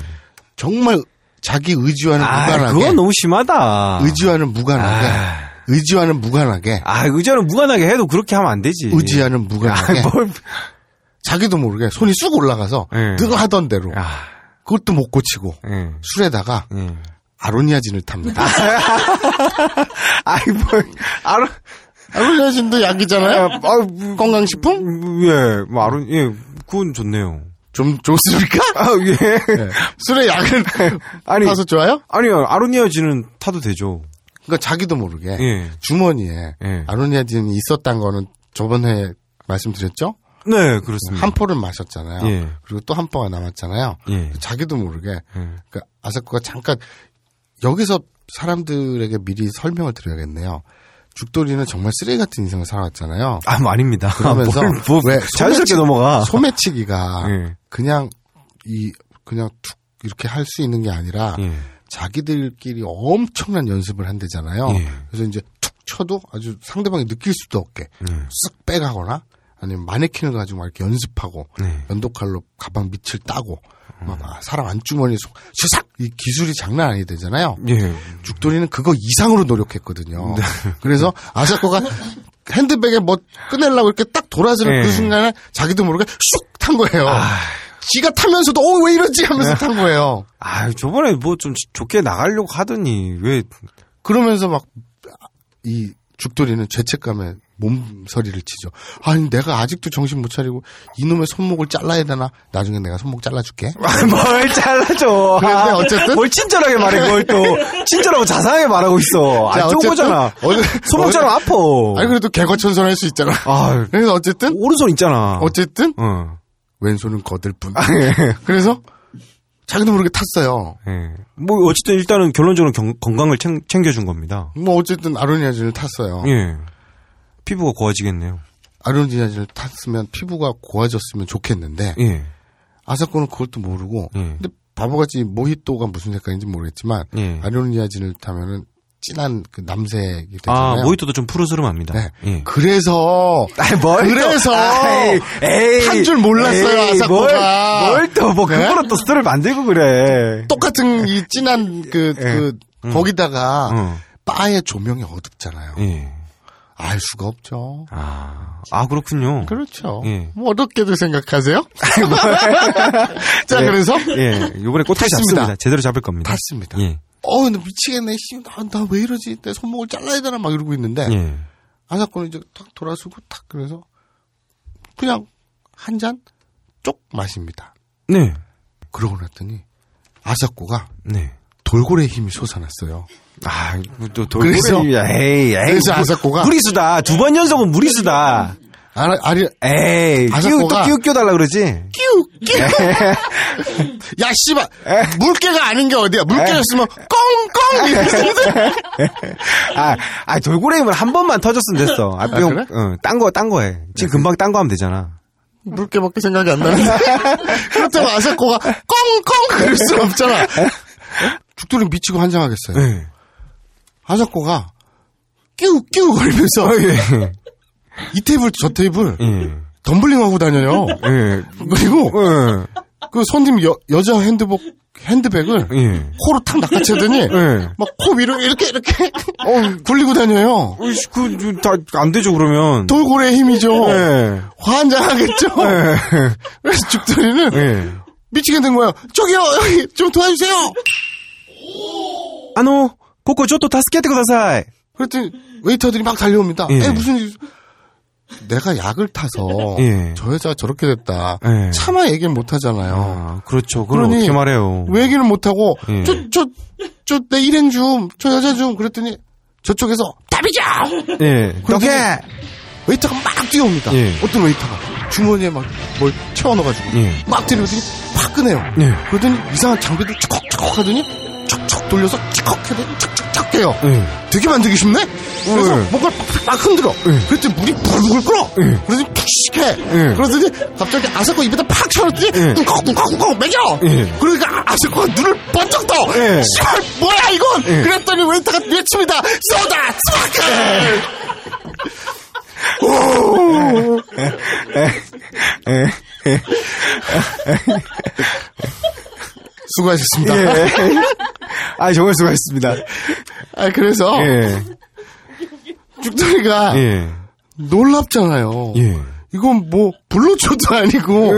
C: 정말 자기 의지와는
B: 아,
C: 무관하게
B: 그건 너무 심하다.
C: 의지와는 무관하게 의지와는 무관하게
B: 아, 의자는 무관하게 해도 그렇게 하면 안 되지.
C: 의지와는 무관하게 예.
B: 아, 뭘.
C: 자기도 모르게 손이 쑥 올라가서
B: 예.
C: 늘 하던 대로
B: 아,
C: 그것도 못 고치고
B: 예.
C: 술에다가
B: 예.
C: 아로니아진을 탑니다.
B: 아이, 뭘. 알아.
C: 아로니아진도 약이잖아요. 건강식품?
B: 음, 예, 뭐, 아론, 예, 그건 좋네요.
C: 좀 좋습니까?
B: 아, 예.
C: 네. 술에 약을
B: 아니.
C: 타서 좋아요?
B: 아니요, 아로니아진은 타도 되죠.
C: 그러니까 자기도 모르게
B: 예.
C: 주머니에
B: 예.
C: 아로니아진이 있었던 거는 저번 회에 말씀드렸죠?
B: 네, 그렇습니다.
C: 한 포를 마셨잖아요.
B: 예.
C: 그리고 또 한 포가 남았잖아요.
B: 예.
C: 자기도 모르게
B: 예.
C: 그 아사쿠가 잠깐 여기서 사람들에게 미리 설명을 드려야겠네요. 죽돌이는 정말 쓰레기 같은 인생을 살아왔잖아요.
B: 아, 뭐, 아닙니다.
C: 그러면서
B: 아, 뭘, 뭐,
C: 왜 소매치-
B: 자연스럽게 넘어가.
C: 소매치기가
B: 예.
C: 그냥 이 그냥 툭 이렇게 할 수 있는 게 아니라
B: 예.
C: 자기들끼리 엄청난 연습을 한대잖아요.
B: 예.
C: 그래서 이제 툭 쳐도 아주 상대방이 느낄 수도 없게
B: 예.
C: 쓱 빼가거나 아니면 마네킹을 가지고 막 이렇게 연습하고
B: 네.
C: 연도칼로 가방 밑을 따고
B: 음.
C: 막 아, 사람 안주머니 속 시삭 이 기술이 장난 아니 되잖아요.
B: 예.
C: 죽돌이는 그거 이상으로 노력했거든요.
B: 네.
C: 그래서 아사코가 핸드백에 뭐 꺼내려고 이렇게 딱 돌아서는
B: 예. 아.
C: 그 순간에 자기도 모르게 쑥 탄 거예요. 지가 타면서도 어 왜 이러지 하면서
B: 네.
C: 탄 거예요.
B: 아, 저번에 뭐 좀 좋게 나가려고 하더니 왜
C: 그러면서 막 이 죽돌이는 죄책감에 몸서리를 치죠. 아니 내가 아직도 정신 못 차리고 이놈의 손목을 잘라야 되나? 나중에 내가 손목 잘라줄게.
B: 뭘 잘라줘. 아,
C: 그런데 어쨌든-
B: 뭘 친절하게 말해, 그걸 또. 친절하고 자상하게 말하고 있어. 안 좋은 거잖아. 손목처럼 아파.
C: 아니 그래도 개과천선 할 수 있잖아.
B: 아,
C: 그래서 어쨌든
B: 오른손 아, 예. 있잖아.
C: 어쨌든
B: 어.
C: 왼손은 거들 뿐. 그래서 자기도 모르게 탔어요.
B: 예. 뭐, 어쨌든 일단은 결론적으로 경- 건강을 챙, 챙겨준 겁니다.
C: 뭐 어쨌든 아로니아진을 탔어요.
B: 예. 피부가 고와지겠네요.
C: 아로니아진을 탔으면 피부가 고와졌으면 좋겠는데
B: 예.
C: 아사코는 그것도 모르고
B: 예.
C: 근데 바보같이 모히또가 무슨 색깔인지 모르겠지만
B: 예.
C: 아로니아진을 타면은 진한 그 남색이
B: 아,
C: 되잖아요.
B: 모히또도 좀 푸르스름합니다.
C: 네.
B: 예.
C: 그래서
B: 아이, 뭘 또-
C: 그래서
B: 아이, 에이,
C: 한줄 몰랐어요, 아사코가.
B: 뭘또뭐
C: 네?
B: 그거로 또 스토리를 만들고 그래.
C: 똑같은 이 진한 그, 그 거기다가
B: 예. 음.
C: 바의 조명이 어둡잖아요.
B: 예.
C: 알 수가 없죠.
B: 아, 아 그렇군요.
C: 그렇죠.
B: 예. 뭐.
C: 뭐 어떻게들 생각하세요? 자
B: 예.
C: 그래서
B: 예, 요번에 꽃을
C: 탔습니다.
B: 잡습니다. 제대로 잡을 겁니다.
C: 탔습니다.
B: 예,
C: 어, 나 미치겠네. 나 왜 이러지? 내 손목을 잘라야 되나 막 이러고 있는데
B: 예.
C: 아사코는 이제 탁 돌아서고 탁 그래서 그냥 한 잔 쪽 마십니다.
B: 네.
C: 그러고 났더니 아사코가
B: 네.
C: 돌고래 힘이 솟아났어요.
B: 아, 또
C: 그래서-
B: 돌고래야. 에이, 에이.
C: 그래서 아사코가-
B: 무리수다. 두 번 연속은 무리수다.
C: 아리, 아리,
B: 에이, 끼우, 또
C: 아사코가-
B: 끼우 끼우 달라 그러지.
C: 끼우, 끼우. 야, 씨발. 물개가 아닌 게 어디야. 물개였으면 꽁꽁! 이랬는데.
B: 아, 아 돌고래 힘을 한 번만 터줬으면 됐어. 아, 뿅.
C: 그래? 네.
B: 응, 딴 거, 딴 거 해. 지금 금방 딴 거 하면 되잖아.
C: 물개밖에 생각이 안 나는데. 그렇다고 아사코가 꽁꽁! 그럴 순 없잖아. 죽돌이 미치고 환장하겠어요.
B: 네.
C: 아사코가 끼우, 끼우 어, 걸면서 이 테이블, 저 테이블
B: 예.
C: 덤블링하고 다녀요.
B: 예.
C: 그리고
B: 예.
C: 그 손님 여, 여자 핸드복 핸드백을
B: 예.
C: 코로 탁 낚아채더니
B: 예.
C: 막 코 위로 이렇게 이렇게 어, 굴리고 다녀요.
B: 어이씨, 그, 다, 안 되죠, 그러면.
C: 돌고래 힘이죠.
B: 예.
C: 환장하겠죠.
B: 네.
C: 그래서 죽돌이는
B: 예.
C: 미치게 된 거예요. 저기요, 여기 좀 도와주세요.
B: あの、ここちょっと助けてください。
C: 그랬더니 웨이터들이 막 달려옵니다.
B: 예.
C: 에 무슨 일- 내가 약을 타서
B: 예.
C: 저 여자 저렇게 됐다.
B: 예.
C: 차마 얘기를 못 하잖아요.
B: 아, 그렇죠. 그럼
C: 그러니
B: 어떻게 말해요?
C: 왜 얘기를 못하고
B: 예.
C: 저 저 저 내 일행 좀 저 여자 좀 그랬더니 저쪽에서 답이죠
B: 예.
C: 그렇게-
B: 덕해!
C: 웨이터가 막 뛰어옵니다
B: 예.
C: 어떤 웨이터가 주머니에 막 뭘 채워넣어가지고
B: 예.
C: 막 들이더니 팍 끄네요
B: 예.
C: 그러더니 이상한 장비들 척척척 하더니 척척 돌려서 척척 해도 척척척 해요
B: 예.
C: 되게 만들기 쉽네 그래서
B: 예.
C: 뭔가를 팍, 팍 흔들어 그랬더니 물이 불불 끓어 그러더니 푹씩해
B: 예.
C: 그러더니 갑자기 아사코 입에다 팍 쳐넣더니
B: 예.
C: 쿵쾅쿵쾅쿵쾅 먹여
B: 예.
C: 그러니까 아스코가 눈을 번쩍 떠.
B: 예.
C: 시발 뭐야 이건?
B: 예.
C: 그랬더니 웨이터가 외칩니다. 쏘다 스파크.
B: 예.
C: 수고하셨습니다.
B: 예. 아, 정말 수고하셨습니다.
C: 아 그래서
B: 예.
C: 죽돌이가
B: 예.
C: 놀랍잖아요.
B: 예. 어.
C: 이건 뭐 불로초도 아니고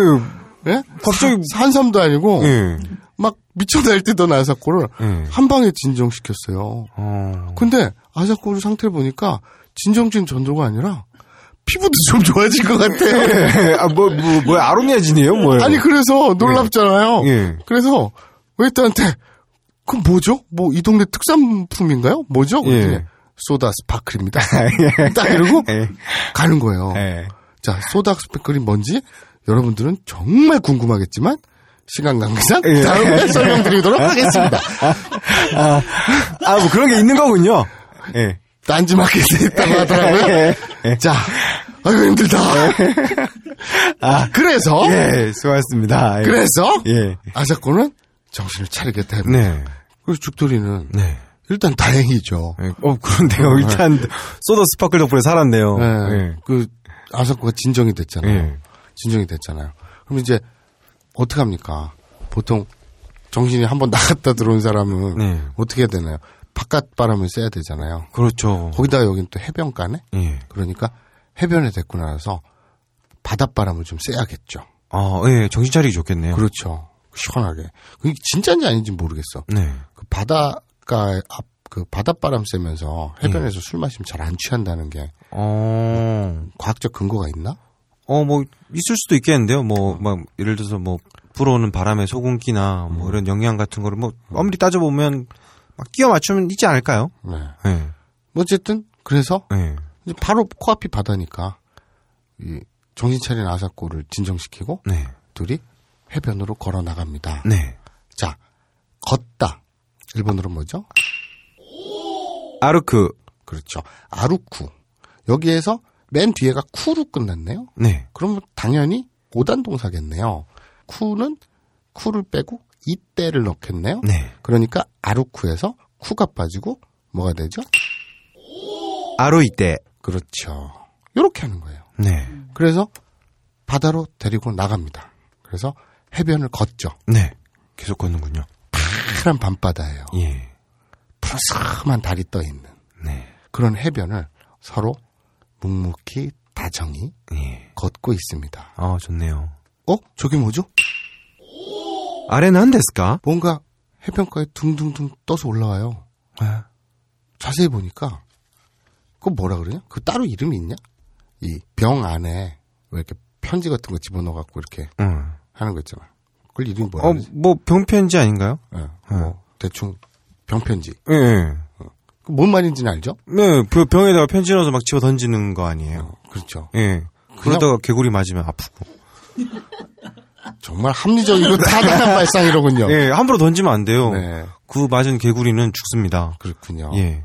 C: 예?
B: 갑자기-
C: 산삼도 아니고
B: 예.
C: 막 미쳐날 때던 아사코를
B: 예.
C: 한 방에 진정시켰어요.
B: 어.
C: 근데 아사코르 상태를 보니까 진정진 전도가 아니라 피부도 좀 좋아진 것 같아.
B: 예. 아, 뭐, 뭐, 뭐야, 아로니아진이에요? 뭐예요?
C: 아니 그래서 놀랍잖아요.
B: 예.
C: 그래서 웨이터한테 그 뭐죠? 뭐 이 동네 특산품인가요? 뭐죠? 그랬더니
B: 예.
C: 소다 스파클입니다. 딱 이러고
B: 예.
C: 가는 거예요.
B: 예.
C: 자 소다 스파클이 뭔지 여러분들은 정말 궁금하겠지만 시간 관계상
B: 예.
C: 다음에 설명드리도록 하겠습니다.
B: 아, 아, 뭐 그런 게 있는 거군요. 예.
C: 딴지마켓에 있다고 하더라고요. 자, 아이고 힘들다. 아, 그래서
B: 예, 수고하셨습니다. 예.
C: 그래서
B: 예.
C: 아사코는 정신을 차리겠다. 해요.
B: 네.
C: 그래서 죽돌이는
B: 네.
C: 일단 다행이죠.
B: 예. 어, 그런데요. 일단, 소다 스파클 덕분에 살았네요.
C: 예.
B: 예.
C: 그 아사코가 진정이 됐잖아요.
B: 예.
C: 진정이 됐잖아요. 그럼 이제 어떻게 합니까? 보통 정신이 한번 나갔다 들어온 사람은
B: 네.
C: 어떻게 해야 되나요? 바깥 바람을 쐬야 되잖아요.
B: 그렇죠.
C: 거기다 여긴 또 해변가네.
B: 예.
C: 그러니까 해변에 데리고 나서 바닷바람을 좀 쐬야겠죠.
B: 아, 예, 정신 차리기 좋겠네요.
C: 그렇죠. 시원하게. 그게 진짜인지 아닌지 모르겠어.
B: 네.
C: 그 바닷가 앞, 그 바닷바람 쐬면서 해변에서 술 마시면 잘 안 취한다는 게
B: 어,
C: 과학적 근거가 있나?
B: 어, 뭐, 있을 수도 있겠는데요. 뭐, 막, 예를 들어서 뭐, 불어오는 바람에 소금기나 뭐, 이런 영양 같은 거를 뭐, 아무리 따져보면, 막, 끼워 맞추면 있지 않을까요?
C: 네.
B: 예,
C: 어쨌든, 그래서
B: 예.
C: 이제 바로 코앞이 바다니까 이 정신 차린 아사코를 진정시키고
B: 네.
C: 둘이 해변으로 걸어 나갑니다.
B: 네.
C: 자, 걷다. 일본어로 뭐죠?
B: 아르크.
C: 그렇죠. 아루쿠. 여기에서 맨 뒤에가 쿠로 끝났네요.
B: 네.
C: 그럼 당연히 오단 동사겠네요. 쿠는 쿠를 빼고 이때를 넣겠네요.
B: 네.
C: 그러니까 아루쿠에서 쿠가 빠지고 뭐가 되죠?
B: 아로이때.
C: 그렇죠. 요렇게 하는 거예요.
B: 네.
C: 그래서 바다로 데리고 나갑니다. 그래서 해변을 걷죠.
B: 네. 계속 걷는군요.
C: 파란 밤바다예요.
B: 예.
C: 푸르스름한 달이 떠 있는
B: 네.
C: 그런 해변을 서로 묵묵히 다정히
B: 예.
C: 걷고 있습니다.
B: 아, 좋네요.
C: 어? 저게 뭐죠?
B: 아레는 데스까?
C: 뭔가 해변가에 둥둥둥 떠서 올라와요.
B: 네.
C: 자세히 보니까 그거 뭐라 그러냐? 그 따로 이름이 있냐? 이 병 안에 왜 이렇게 편지 같은 거 집어넣어 갖고 이렇게
B: 응.
C: 하는 거 있잖아. 그걸 이름이 뭐야?
B: 어, 뭐 병편지 네. 아닌가요?
C: 예, 뭐 대충 병편지.
B: 예. 예.
C: 그뭔 말인지는 알죠?
B: 네, 그 병에다가 편지 넣어서 막 집어 던지는 거 아니에요.
C: 그렇죠.
B: 예. 그러다가 개구리 맞으면 아프고.
C: 정말 합리적이고 타당한 발상이로군요.
B: 예, 함부로 던지면 안 돼요.
C: 네.
B: 그 맞은 개구리는 죽습니다.
C: 그렇군요.
B: 예.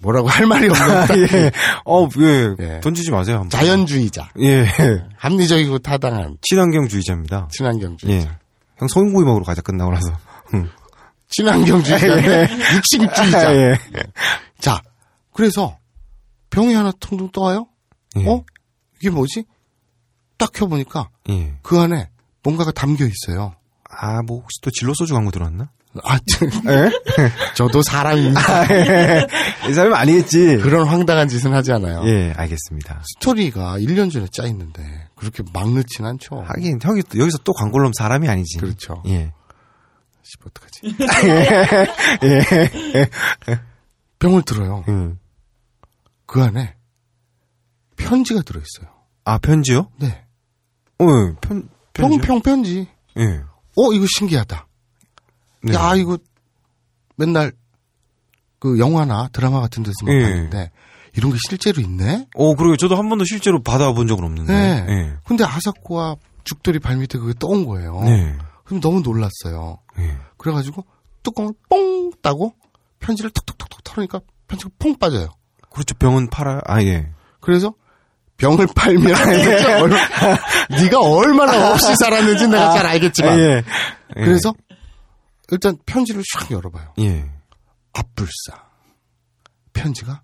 C: 뭐라고 할 말이 없는
B: 예. 어, 예.
C: 예.
B: 던지지 마세요. 함부로.
C: 자연주의자,
B: 예.
C: 합리적이고 타당한
B: 친환경주의자입니다.
C: 친환경주의자.
B: 예. 형 소인구이 먹으러 가자 끝나고 나서. 응.
C: 친환경주의자인데 육식주의자.
B: 예.
C: 자, 그래서 병이 하나 퉁퉁 떠와요.
B: 예.
C: 어? 이게 뭐지? 딱 켜보니까
B: 예.
C: 그 안에 뭔가가 담겨 있어요.
B: 아, 뭐 혹시 또 진로 소주 광고 들어왔나?
C: 아, 저- 저도 사람입니다.
B: 이 사람 아니겠지.
C: 아, 그런 황당한 짓은 하지 않아요.
B: 예, 알겠습니다.
C: 스토리가 1년 전에 짜있는데 그렇게 막느진 않죠.
B: 하긴 형이 또- 여기서 또 광고를 하면 사람이 아니지.
C: 그렇죠.
B: 예.
C: 씨, 어떡하지? 예. 병을 들어요.
B: 음.
C: 그 안에 편지가 들어있어요.
B: 아 편지요?
C: 네.
B: 어, 예, 편 편지요?
C: 평평 편지.
B: 예.
C: 어, 이거 신기하다.
B: 네.
C: 야, 이거 맨날 그 영화나 드라마 같은 데서만
B: 예.
C: 봤는데 이런 게 실제로 있네?
B: 어, 그러게 저도 한 번도 실제로 받아본 적은 없는데.
C: 네.
B: 예.
C: 근데 아사코와 죽돌이 발밑에 그게 떠온 거예요.
B: 네.
C: 그럼 너무 놀랐어요.
B: 예.
C: 그래가지고 뚜껑을 뽕 따고 편지를 톡톡톡톡 털으니까 편지가 퐁 빠져요.
B: 그렇죠. 병은 팔아. 아 예.
C: 그래서 병을 팔면
B: 네.
C: 얼마- 네가 얼마나 없이 살았는지 내가 잘 알겠지만
B: 예. 예.
C: 그래서 일단 편지를 샥 열어봐요.
B: 예.
C: 앞불사 편지가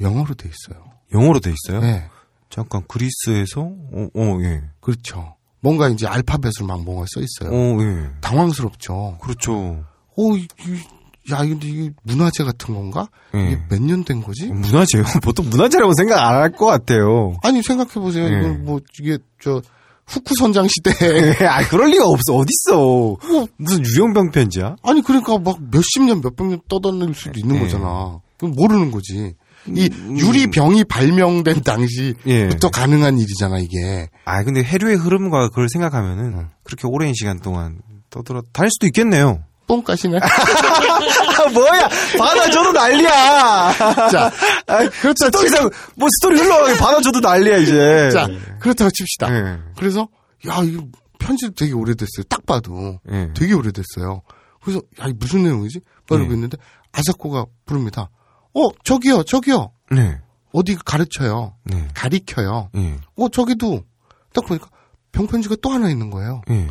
C: 영어로 돼 있어요.
B: 영어로 돼 있어요?
C: 네,
B: 잠깐 그리스에서 어, 어 예.
C: 그렇죠. 뭔가 이제 알파벳을 막 뭔가 써 있어요.
B: 어 예.
C: 당황스럽죠.
B: 그렇죠.
C: 오, 이, 이- 야, 이게 이게 문화재 같은 건가? 이게
B: 예.
C: 몇 년 된 거지?
B: 문화재요. 보통 문화재라고 생각 안 할 것 같아요.
C: 아니 생각해 보세요.
B: 예.
C: 이건 뭐 이게 저 후쿠 선장 시대.
B: 예, 아 그럴 리가 없어. 어딨어. 무슨 유령병 편지야?
C: 아니 그러니까 막 몇십 년, 몇백 년 떠다닐 수도 있는
B: 예. 음,
C: 거잖아. 그럼 모르는 거지. 이 유리병이 발명된 당시부터
B: 예.
C: 가능한 일이잖아 이게.
B: 아 근데 해류의 흐름과 그걸 생각하면은 그렇게 오랜 시간 동안 떠들어 다닐 수도 있겠네요.
C: 뽕까시네.
B: 아 뭐야 받아줘도 난리야.
C: 자,
B: 그렇죠. 더 이상 뭐 스토리 흘러가게 받아줘도 난리야 이제.
C: 자 그렇다고 칩시다.
B: 예.
C: 그래서 야 이거 편지 되게 오래됐어요. 딱 봐도
B: 예.
C: 되게 오래됐어요. 그래서 야 이게 무슨 내용이지? 빠르고
B: 예.
C: 있는데 아사코가 부릅니다. 어 저기요 저기요
B: 네.
C: 어디 가르쳐요.
B: 네.
C: 가리켜요.
B: 예.
C: 어, 저기도. 딱 보니까 병편지가 또 하나 있는 거예요.
B: 예.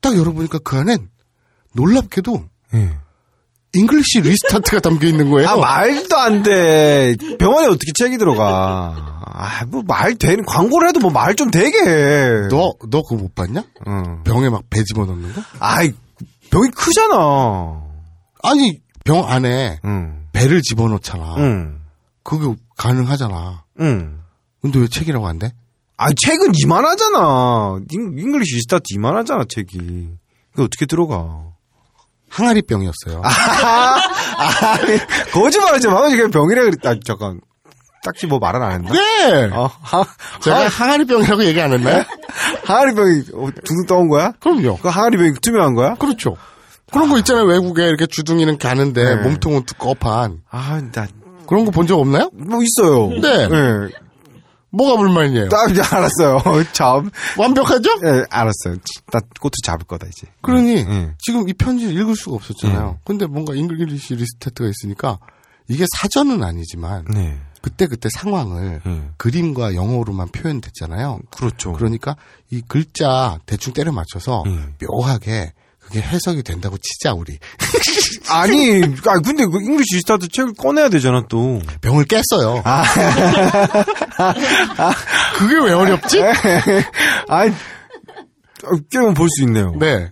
C: 딱 열어보니까 그 안엔 놀랍게도
B: 예.
C: 잉글리시 리스타트가 담겨 있는 거예요.
B: 아 말도 안 돼. 병원에 어떻게 책이 들어가? 아 뭐 말 되는 광고를 해도 뭐 말 좀 되게 해.
C: 너, 너 그거 못 봤냐?
B: 응.
C: 병에 막 배 집어넣는 거?
B: 아이 병이 크잖아.
C: 아니, 병 안에
B: 응.
C: 배를 집어넣잖아.
B: 응.
C: 그게 가능하잖아.
B: 응.
C: 근데 왜 책이라고 안 돼?
B: 아 책은 이만하잖아. 잉- 잉글리시 스타트 이만하잖아 책이. 그 어떻게 들어가?
C: 항아리 병이었어요.
B: 거짓말하지 마. 그냥 병이라 그랬다. 아, 잠깐. 딱히 뭐 말은 안 했나?
C: 네!
B: 어, 하,
C: 제가
B: 하-
C: 항아리 병이라고 얘기 안 했나요?
B: 항아리 병이 어, 둥둥 떠온 거야?
C: 그럼요.
B: 그 항아리 병이 투명한 거야?
C: 그렇죠. 그런 거 있잖아요. 외국에 이렇게 주둥이는 가는데 몸통은 두꺼판.
B: 아, 나,
C: 그런 거 본 적 없나요?
B: 뭐 있어요.
C: 네.
B: 예.
C: 뭐가 불만이에요?
B: 나 이제 알았어요. 참.
C: 완벽하죠?
B: 예, 알았어요. 나 꼬투 잡을 거다, 이제.
C: 그러니
B: 예.
C: 지금 이 편지를 읽을 수가 없었잖아요. 근데 뭔가 잉글리시 리스타트가 있으니까 이게 사전은 아니지만
B: 네.
C: 그때 그때 상황을
B: 음.
C: 그림과 영어로만 표현됐잖아요.
B: 그렇죠.
C: 그러니까 이 글자 대충 때려 맞춰서
B: 음.
C: 묘하게 그게 해석이 된다고 치자 우리
B: 아니, 아, 근데 그 잉글리시 스타트 책을 꺼내야 되잖아, 또.
C: 병을 깼어요. 그게 왜
B: 네?
C: 어렵지?
B: 아이, 깨면 볼 수 있네요.
C: 네,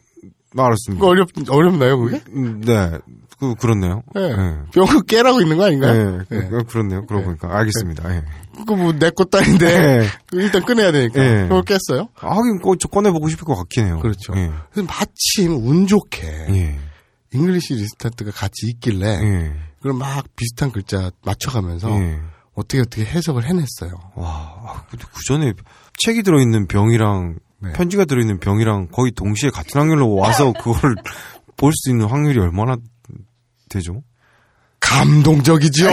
B: 알았습니다.
C: 그거 어렵 어렵나요 그게?
B: 음, 네. 그, 그렇네요.
C: 예.
B: 예.
C: 병을 깨라고 있는 거 아닌가요?
B: 예,
C: 예.
B: 그- 그렇네요. 그러고 보니까. 알겠습니다. 예.
C: 그거 뭐내거 딸인데
B: 예.
C: 일단 꺼내야 되니까
B: 예.
C: 그걸 깼어요.
B: 아, 하긴, 꺼, 저 꺼내보고 싶을 것 같긴 해요.
C: 그렇죠.
B: 예.
C: 그래서 마침 운 좋게
B: 예.
C: 잉글리시 리스타트가 같이 있길래
B: 예.
C: 그걸 막 비슷한 글자 맞춰가면서
B: 예. 음.
C: 어떻게 어떻게 해석을 해냈어요.
B: 와, 아, 근데 그 전에 책이 들어있는 병이랑
C: 네.
B: 편지가 들어있는 병이랑 거의 동시에 같은 확률로 와서 그걸 볼 수 있는 확률이 얼마나 되죠?
C: 감동적이지요.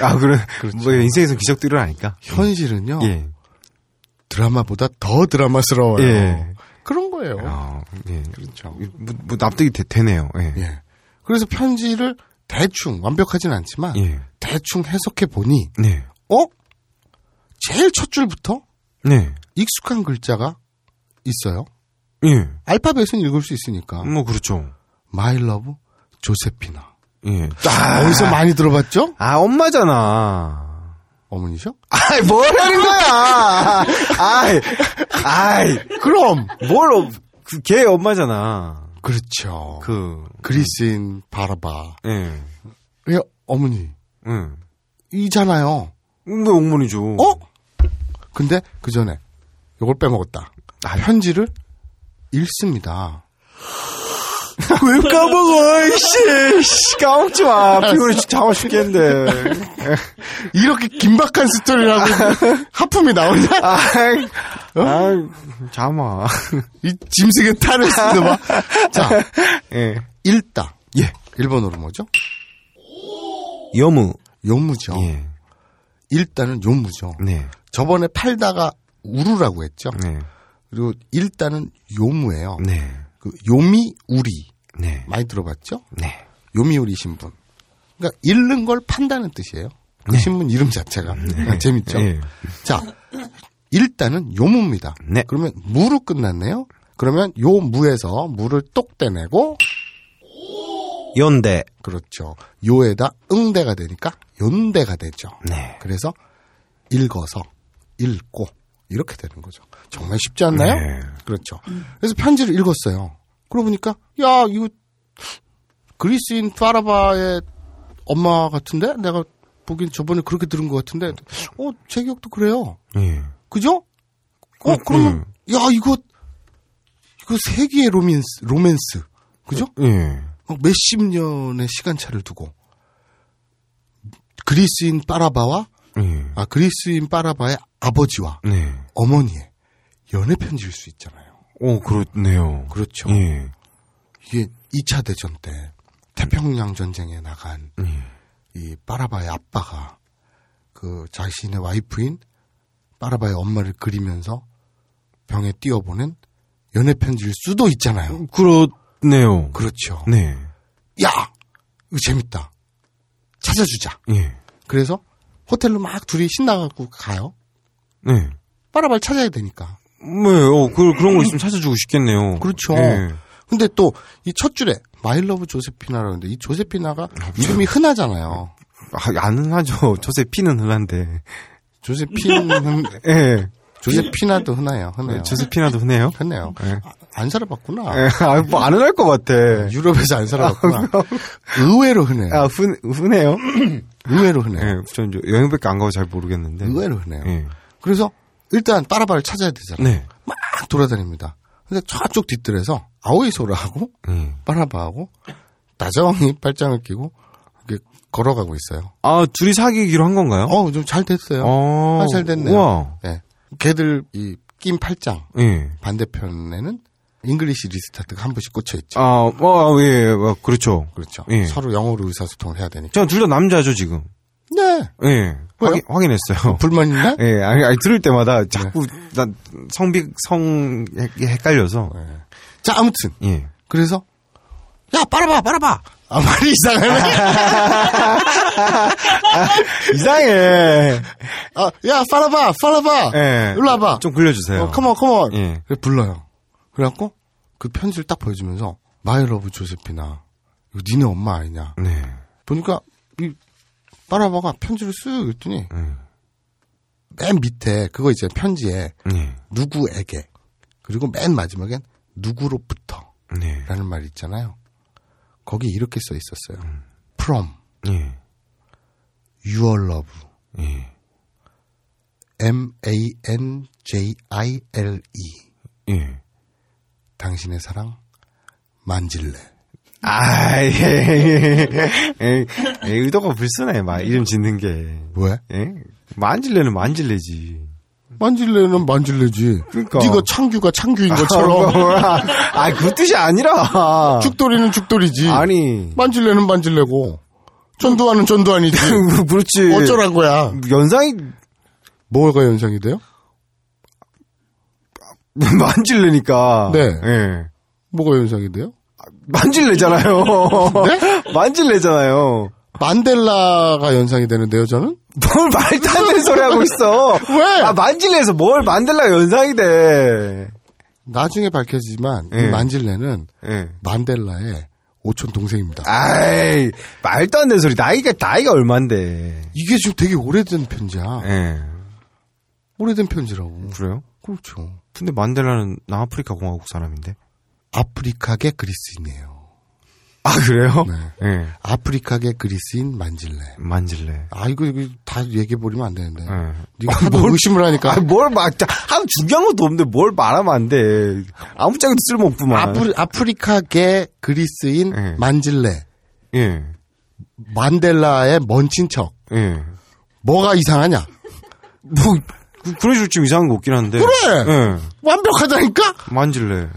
B: 아, 그래. 뭐 인생에서 기적들은 아니까.
C: 현실은요.
B: 예.
C: 드라마보다 더 드라마스러워요.
B: 예.
C: 그런 거예요.
B: 아, 예. 그렇죠. 뭐, 뭐 납득이 되, 네요 예.
C: 예. 그래서 편지를 대충 완벽하진 않지만
B: 예.
C: 대충 해석해 보니
B: 네.
C: 어? 제일 첫 줄부터
B: 네.
C: 익숙한 글자가 있어요.
B: 예.
C: 알파벳은 읽을 수 있으니까.
B: 뭐, 그렇죠.
C: 마이 러브 조세피나.
B: 예.
C: 아. 어디서 많이 들어봤죠?
B: 아, 엄마잖아.
C: 어머니셔?
B: 아이, 뭐라는 거야! 아이, 아이,
C: 그럼
B: 뭘, 어- 그, 걔 엄마잖아.
C: 그렇죠. 그,
B: 그,
C: 그리스인 바라바.
B: 예.
C: 예, 어머니
B: 응.
C: 이잖아요.
B: 근데 옥문이죠.
C: 어? 근데 그 전에 이걸 빼먹었다.
B: 예.
C: 아, 편지를 읽습니다.
B: 왜 까먹어, 씨! 씨, 까먹지 마. 피곤해 잠아 죽겠는데.
C: 이렇게 긴박한 스토리라고 하품이 나오냐? 어?
B: 아이, 아이, 잠아.
C: 이 짐승의 탈을 쓰는 막. 자,
B: 예.
C: 읽다.
B: 예.
C: 일본어로 뭐죠?
B: 여무.
C: 요무죠.
B: 예.
C: 일단은 요무죠.
B: 네.
C: 저번에 팔다가 우루라고 했죠.
B: 네.
C: 그리고 일단은 요무예요.
B: 네.
C: 그 요미 우리
B: 네.
C: 많이 들어봤죠?
B: 네.
C: 요미우리 신문. 그러니까 읽는 걸 판다는 뜻이에요.
B: 네.
C: 그 신문 이름 자체가 아, 재밌죠.
B: 예.
C: 자, 일단은 요무입니다.
B: 네.
C: 그러면 무로 끝났네요. 그러면 요무에서 무를 똑 떼내고
B: 연대.
C: 그렇죠. 요에다 응대가 되니까 연대가 되죠.
B: 네.
C: 그래서 읽어서 읽고 이렇게 되는 거죠. 정말 쉽지 않나요?
B: 네.
C: 그렇죠. 그래서 편지를 읽었어요. 그러고 보니까 야 이거 그리스인 파라바의 엄마 같은데 내가 보기엔 저번에 그렇게 들은 것 같은데 어제 기억도 그래요.
B: 예.
C: 그죠?
B: 음,
C: 어 그러면 야 이거 이거 세기의 로맨스 로맨스 그죠?
B: 예.
C: 막 어, 몇십 년의 시간차를 두고 그리스인 파라바와
B: 예.
C: 아 그리스인 파라바의 아버지와
B: 네.
C: 어머니의 연애 편지일 수 있잖아요.
B: 오, 그렇네요.
C: 그렇죠.
B: 예.
C: 이게 2차 대전 때 태평양 전쟁에 나간 이 파라바의 아빠가 그 자신의 와이프인 파라바의 엄마를 그리면서 병에 띄워보낸 연애 편지일 수도
B: 음.
C: 있잖아요.
B: 그렇네요.
C: 그렇죠.
B: 네.
C: 야, 이거 재밌다. 찾아주자.
B: 예.
C: 그래서 호텔로 막 둘이 신나갖고 가요.
B: 네.
C: 빠라발 찾아야 되니까.
B: 네, 어, 그, 그런 걸 있으면 찾아주고 싶겠네요.
C: 그렇죠.
B: 예.
C: 근데 또 이 첫 줄에 마일러브 조세피나라는데 이 조세피나가 이름이 흔하잖아요.
B: 아, 안 하죠. 저새 피는 흔한데.
C: 조세피는
B: 예.
C: 조세피나도 흔해요. 흔해요.
B: 저새 피나도 흔해요.
C: 흔해요. 아, 안 살아봤구나. 네,
B: 예. 네, 아, 음. 뭐안 흔할 것 같아.
C: 유럽에서 안 살아봤구나. 의외로 흔해요.
B: 아, 흔, 흔해요?
C: 의외로 흔해요.
B: 예, 전 이제 여행밖에 안 가고 잘 모르겠는데.
C: 의외로 흔해요.
B: 예.
C: 그래서 일단 빠라발을 찾아야 되잖아요.
B: 네.
C: 막 돌아다닙니다. 근데 저쪽 뒷뜰에서 아오이소라하고
B: 예.
C: 빠라바하고 나자왕이 팔짱을 끼고 이렇게 걸어가고 있어요.
B: 아, 둘이 사귀기로 한 건가요?
C: 어, 좀 잘 됐어요.
B: 어.
C: 한살 됐네요.
B: 우와.
C: 예. 걔들 이 낀 팔짱
B: 예.
C: 반대편에는 잉글리시 리스타트가 한 번씩 꽂혀 있죠.
B: 아, 어, 예, 예, 어, 그렇죠.
C: 그렇죠.
B: 예.
C: 서로 영어로 의사소통을 해야 되니까.
B: 제가 둘 다 남자죠, 지금.
C: 네.
B: 예. 확인, 확인했어요.
C: 불만 있나?
B: 예, 아니, 아니, 들을
C: 네.
B: 때마다 자꾸 난 성비, 성, 헷- 헷갈려서.
C: 네. 자, 아무튼
B: 예.
C: 그래서 야, 빨아봐, 빨아봐. 아, 말이 이상하네.
B: 이상해.
C: 아, 야, 빨아봐, 빨아봐.
B: 예.
C: 일로 와봐.
B: 좀 굴려주세요.
C: 어, 컴온, 컴온.
B: 예.
C: 그래, 불러요. 그래갖고, 그 편지를 딱 보여주면서, 마이 러브 조세피나, 이거 니네 엄마 아니냐.
B: 네.
C: 보니까, 이, 빨아봐가 편지를 쓱 읽더니,
B: 음.
C: 맨 밑에, 그거 이제 편지에,
B: 네.
C: 누구에게, 그리고 맨 마지막엔, 누구로부터,
B: 네.
C: 라는 말이 있잖아요. 거기 이렇게 써 있었어요.
B: 음.
C: from,
B: 예.
C: your love,
B: 예.
C: m-a-n-j-i-l-e.
B: 예.
C: 당신의 사랑 만질래.
B: 아, 예, 예, 예. 예, 의도가 불순해, 막, 이름 짓는 게.
C: 왜?
B: 예? 만질래는 만질래지.
C: 만질래는 만질래지.
J: 그러니까.
C: 네가 창규가 창규인
B: 뭐,
C: 것처럼
J: 아, 아, 그 뜻이 아니라.
C: 죽돌이는 죽돌이지.
J: 아니.
C: 만질래는 만질래고 전두환은 전두환이지.
J: 그렇지.
C: 어쩌란 거야?
J: 연상이
C: 예. 뭐가 연상이 돼요?
J: 만질래니까.
C: 네.
J: 예.
C: 뭐가 연상이 돼요?
J: 만질래잖아요.
C: 네?
J: 만질래잖아요.
C: 만델라가 연상이 되는데요, 저는?
J: 뭘 말도 안 되는 소리 하고 있어.
C: 왜?
J: 아, 만질래에서 뭘 만들라 연상이 돼.
C: 나중에 밝혀지지만 이
J: 예.
C: 만질레는
J: 예.
C: 만델라의 오촌 동생입니다.
J: 아이, 말도 안 되는 소리. 나이가, 나이가 얼만데.
C: 이게 지금 되게 오래된 편지야.
J: 예.
C: 오래된 편지라고.
J: 그래요?
C: 그렇죠.
B: 근데 만델라는 남아프리카 공화국 사람인데.
C: 아프리카계 그리스인이에요.
B: 아 그래요?
C: 네.
B: 예.
C: 아프리카계 그리스인 만질레.
B: 만질래.
C: 아 이거 이거 다 얘기해 버리면 안 되는데.
B: 예.
C: 네가 하도 의심을 하니까.
B: 그러니까
J: 아, 뭘 막, 자, 아무 중요한 것도 없는데 뭘 말하면 안 돼. 아무짝에도 쓸모없구만.
C: 아프리, 아프리카계 그리스인
B: 예.
C: 만질레.
B: 예.
C: 만델라의 먼 친척.
B: 예.
C: 뭐가 이상하냐?
B: 뭐, 그, 그래줄 좀 이상한 거 없긴 한데.
C: 그래!
B: 예.
C: 완벽하다니까?
B: 만질래.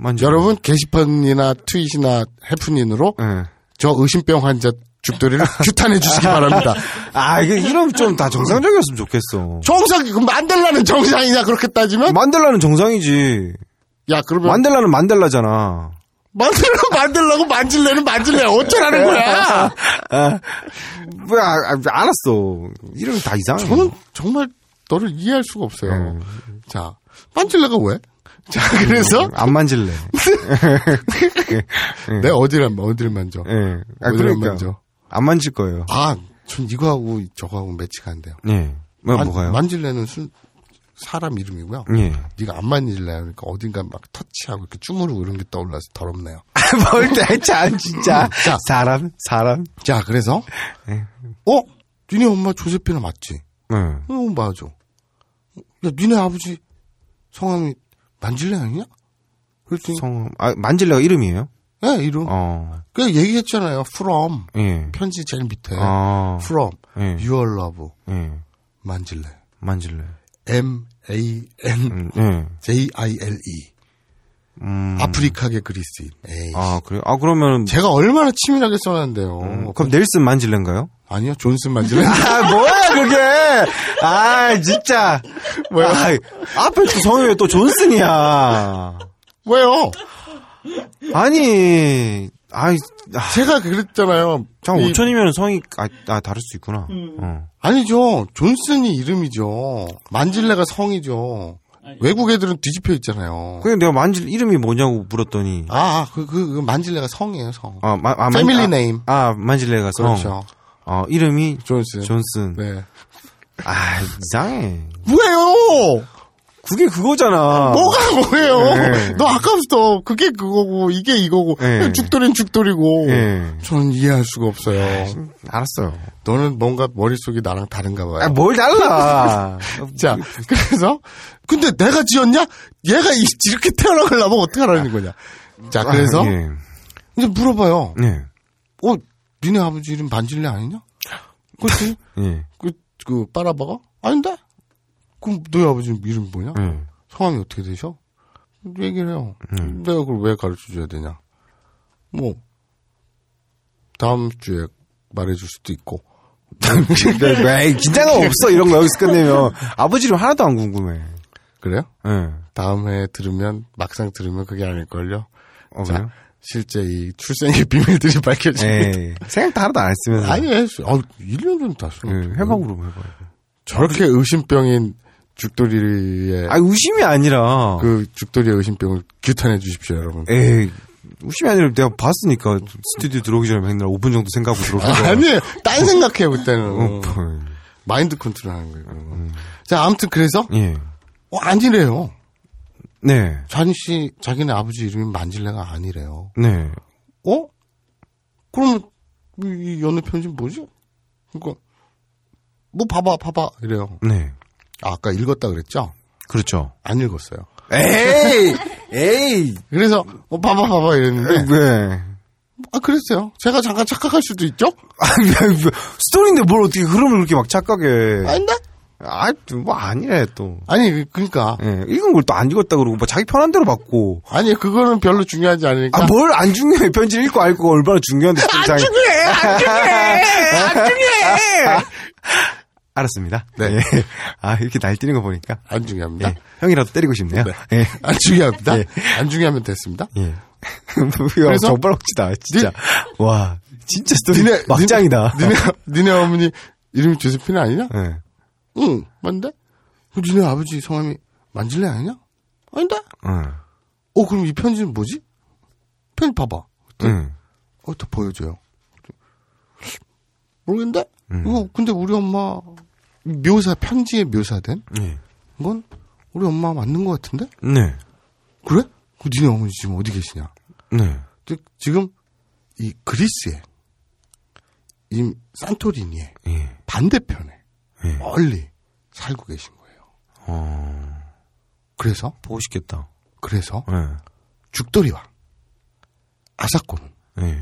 B: 만질래.
C: 여러분 게시판이나 트윗이나 해프닝으로
B: 예.
C: 저 의심병 환자 죽돌이를 규탄해 주시기 바랍니다.
B: 아, 이게 이름 좀 다 정상적이었으면 좋겠어.
C: 정상 그럼 만델라는 정상이냐 그렇게 따지면?
B: 만델라는 정상이지.
C: 야 그러면
B: 만델라는 만델라잖아.
C: 만들라 만들라고 만질래는 만질래 어쩌라는 거야?
B: 뭐야, 아, 알았어. 이름 다 이상해.
C: 저는 정말 너를 이해할 수가 없어요. 자 만질래가 왜? 자 그래서
B: 안 만질래.
C: 내 네, 어디를 만- 어디를 만져?
B: 예. 네. 아,
C: 어디를
B: 그러니까.
C: 만져?
B: 안 만질 거예요.
C: 아전 이거하고 저거하고 매치가 안 돼요.
B: 예. 뭐,
C: 만-
B: 뭐가요?
C: 만질래는 순 사람 이름이고요.
B: 예.
C: 네가 안 만질래 그러니까 어딘가 막 터치하고 이렇게 주무르고 이런 게 떠올라서 더럽네요.
B: 뭘 대체, 진짜.
C: 자.
B: 사람? 사람?
C: 자 그래서
B: 네.
C: 어 니네 엄마 조세피나 맞지?
B: 예.
C: 어 맞아. 야 니네 아버지 성함이 만질래 아니냐? 그랬더니
B: 성, 아, 만질래가 이름이에요?
C: 예 이름.
B: 어,
C: 그냥 얘기했잖아요. From
B: 예.
C: 편지 제일 밑에
B: 어,
C: From
B: 예.
C: Your Love
B: 예.
C: 만질래
B: 만질래.
C: M A N
B: 음, 예.
C: J I L E
B: 음.
C: 아프리카계 그리스인. 에이.
B: 아, 그래요? 아, 그러면.
C: 제가 얼마나 치밀하게 써놨는데요.
B: 어, 그럼 넬슨 만질래인가요?
C: 아니요 존슨 만질래.
B: 아, 뭐야, 그게! 아, 진짜.
C: 왜요?
B: 아, 앞에 또 성이 또 존슨이야.
C: 왜요?
B: 아니, 아이, 아,
C: 제가 그랬잖아요.
B: 참,
C: 이-
B: 5천이면 성이, 아, 아, 다를 수 있구나.
C: 음.
B: 어.
C: 아니죠. 존슨이 이름이죠. 만질레가 성이죠. 외국 애들은 뒤집혀 있잖아요.
B: 근데 내가 만질 이름이 뭐냐고 물었더니.
C: 아, 아, 그, 그, 그 만질레가 성이에요, 성.
B: 아, 마, 아, 만-
C: 패밀리
B: 아,
C: 네임.
B: 아, 만질레가 성.
C: 그렇죠.
B: 어, 이름이
C: 존슨.
B: 존슨.
C: 네.
B: 아, 이상해.
C: 뭐예요?
B: 그게 그거잖아.
C: 뭐가 뭐예요?
B: 네.
C: 너 아까부터 그게 그거고, 이게 이거고,
B: 네.
C: 죽돌인 죽돌이고.
B: 네.
C: 저는 이해할 수가
B: 아,
C: 없어요.
B: 알았어요.
C: 너는 뭔가 머릿속이 나랑 다른가 봐요.
B: 아, 뭘 달라.
C: 자, 그래서 근데 내가 지었냐? 얘가 이- 이렇게 태어나려면 어떻게 하라는 거냐? 자, 그래서
B: 예.
C: 이제 물어봐요.
B: 예.
C: 어, 니네 아버지 이름 반질레 아니냐? 그렇지?
B: 예.
C: 그, 그 빨아봐가? 아닌데? 그럼 너희 아버지 이름 뭐냐?
B: 예.
C: 성함이 어떻게 되셔? 얘기를 해요. 내가 그걸 왜 가르쳐 줘야 되냐? 뭐 다음 주에 말해줄 수도 있고.
B: 네, 에이, 긴장감 없어, 이런 거 여기서 끝내면. 아버지 이름 하나도 안 궁금해.
C: 그래요?
B: 예.
C: 다음에 들으면 막상 들으면 그게 아닐걸요.
B: 어,
C: 자,
B: 그래요?
C: 실제 이 출생의 비밀들이 밝혀집니다.
B: 에이, 생각도 하나도 안 했으면서.
C: 아니, 왜? 아, 1년 전에 다 써.
B: 예, 해봐, 그럼 해봐.
C: 저렇게 의심병인 죽돌이의
B: 아, 의심이 아니라.
C: 그 죽돌이의 의심병을 규탄해 주십시오, 여러분.
B: 에이, 의심이 아니라 내가 봤으니까 스튜디오 들어오기 전에 맨날 5분 정도 생각하고 들어오고.
C: 아니에요. 음. 딴 생각해요,
B: 어,
C: 그때는.
B: 뭐,
C: 마인드 컨트롤 하는 거예요. 그런 거. 자, 아무튼 그래서,
B: 예.
C: 어, 아니래요.
B: 네.
C: 좌니 씨, 자기네 아버지 이름이 만질레가 아니래요.
B: 네.
C: 어? 그럼 이 연애 편지 뭐지? 그러니까 뭐 봐봐 봐봐 이래요.
B: 네.
C: 아, 아까 읽었다 그랬죠?
B: 그렇죠.
C: 안 읽었어요.
B: 에이! 에이!
C: 그래서 어, 봐봐 봐봐 이랬는데
B: 네. 왜?
C: 아 그랬어요. 제가 잠깐 착각할 수도 있죠?
B: 아니, 왜, 왜, 스토리인데 뭘 어떻게 흐름을 그렇게 막 착각해.
C: 아닌데?
B: 아, 뭐 아니래 또.
C: 아니 그러니까
B: 예, 읽은 걸 또 안 읽었다 그러고 뭐 자기 편한 대로 받고.
C: 아니 그거는 별로 중요하지 않으니까.
B: 아, 뭘 안 중요해. 편지 읽고 알고 얼마나 중요한데. 안 중요해! 안 중요해! 안 중요해! 알았습니다.
C: 네.
B: 예. 아, 이렇게 날뛰는 거 보니까.
C: 안 중요합니다.
B: 예. 형이라도 때리고 싶네요.
C: 네.
B: 예.
C: 안 중요합니다.
B: 예.
C: 안 중요하면 됐습니다.
B: 예. 그래서 정말 억지다. 진짜. 와, 진짜 스토리
C: 니네
B: 막장이다.
C: 니네, 니네 어머니 이름이 조세핀 아니냐?
B: 예.
C: 응, 맞는데? 그 니네 아버지 성함이 만질레 아니냐? 아닌데?
B: 응.
C: 어, 그럼 이 편지는 뭐지? 편지 봐봐.
B: 응.
C: 어, 또 보여줘요. 모르겠는데?
B: 음.
C: 이거 근데 우리 엄마 묘사, 편지에 묘사된?
B: 예.
C: 이건 우리 엄마 맞는 것 같은데?
B: 네.
C: 그래? 그 니네 어머니 지금 어디 계시냐?
B: 네.
C: 즉, 지금 이 그리스에, 이 산토리니에
B: 예.
C: 반대편에 멀리 살고 계신 거예요.
B: 어,
C: 그래서,
B: 보고 싶겠다.
C: 그래서
B: 예.
C: 죽돌이와 아사코는
B: 예.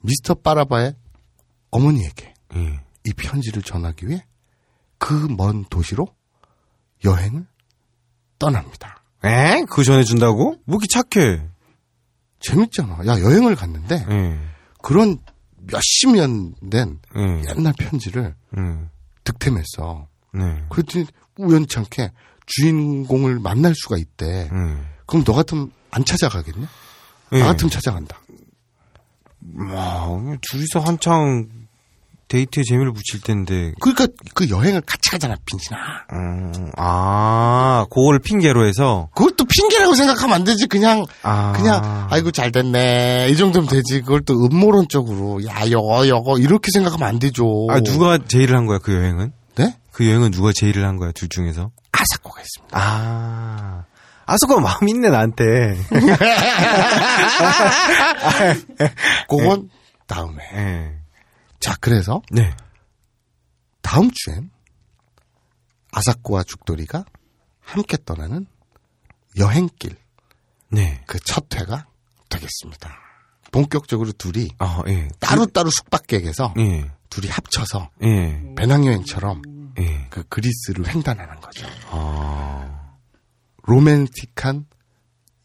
C: 미스터 빠라바의 어머니에게
B: 예.
C: 이 편지를 전하기 위해 그 먼 도시로 여행을 떠납니다.
B: 에? 그거 전해준다고? 뭐 이렇게 착해.
C: 재밌잖아. 야, 여행을 갔는데
B: 예.
C: 그런 몇십 년 된
B: 예.
C: 옛날 편지를
B: 음.
C: 득템했어.
B: 네.
C: 그랬더니 우연찮게 주인공을 만날 수가 있대.
B: 음.
C: 그럼 너 같으면 안 찾아가겠냐? 나 같으면 찾아간다.
B: 예. 와, 둘이서 한창 데이트에 재미를 붙일 텐데.
C: 그러니까 그 여행을 같이 가잖아, 빈신아.
B: 음, 아, 그걸 핑계로 해서.
C: 그걸 또 핑계라고 생각하면 안 되지. 그냥
B: 아.
C: 그냥 아이고 잘 됐네 이 정도면 되지 그걸 또 음모론적으로 야 여거 여거 이렇게 생각하면 안 되죠
B: 아, 누가 제의를 한 거야, 그 여행은?
C: 네
B: 그 여행은 누가 제의를 한 거야, 둘 중에서?
C: 아사코가 있습니다
B: 아. 아스코 마음 있네, 나한테.
C: 그건 다음에
B: 예.
C: 자 그래서
B: 네.
C: 다음 주엔 아사코와 죽돌이가 함께 떠나는 여행길
B: 네.
C: 그 첫 회가 되겠습니다 본격적으로 둘이
B: 아, 예.
C: 따로따로 숙박객에서
B: 예.
C: 둘이 합쳐서
B: 예.
C: 배낭여행처럼
B: 예.
C: 그 그리스를 횡단하는 거죠. 아. 로맨틱한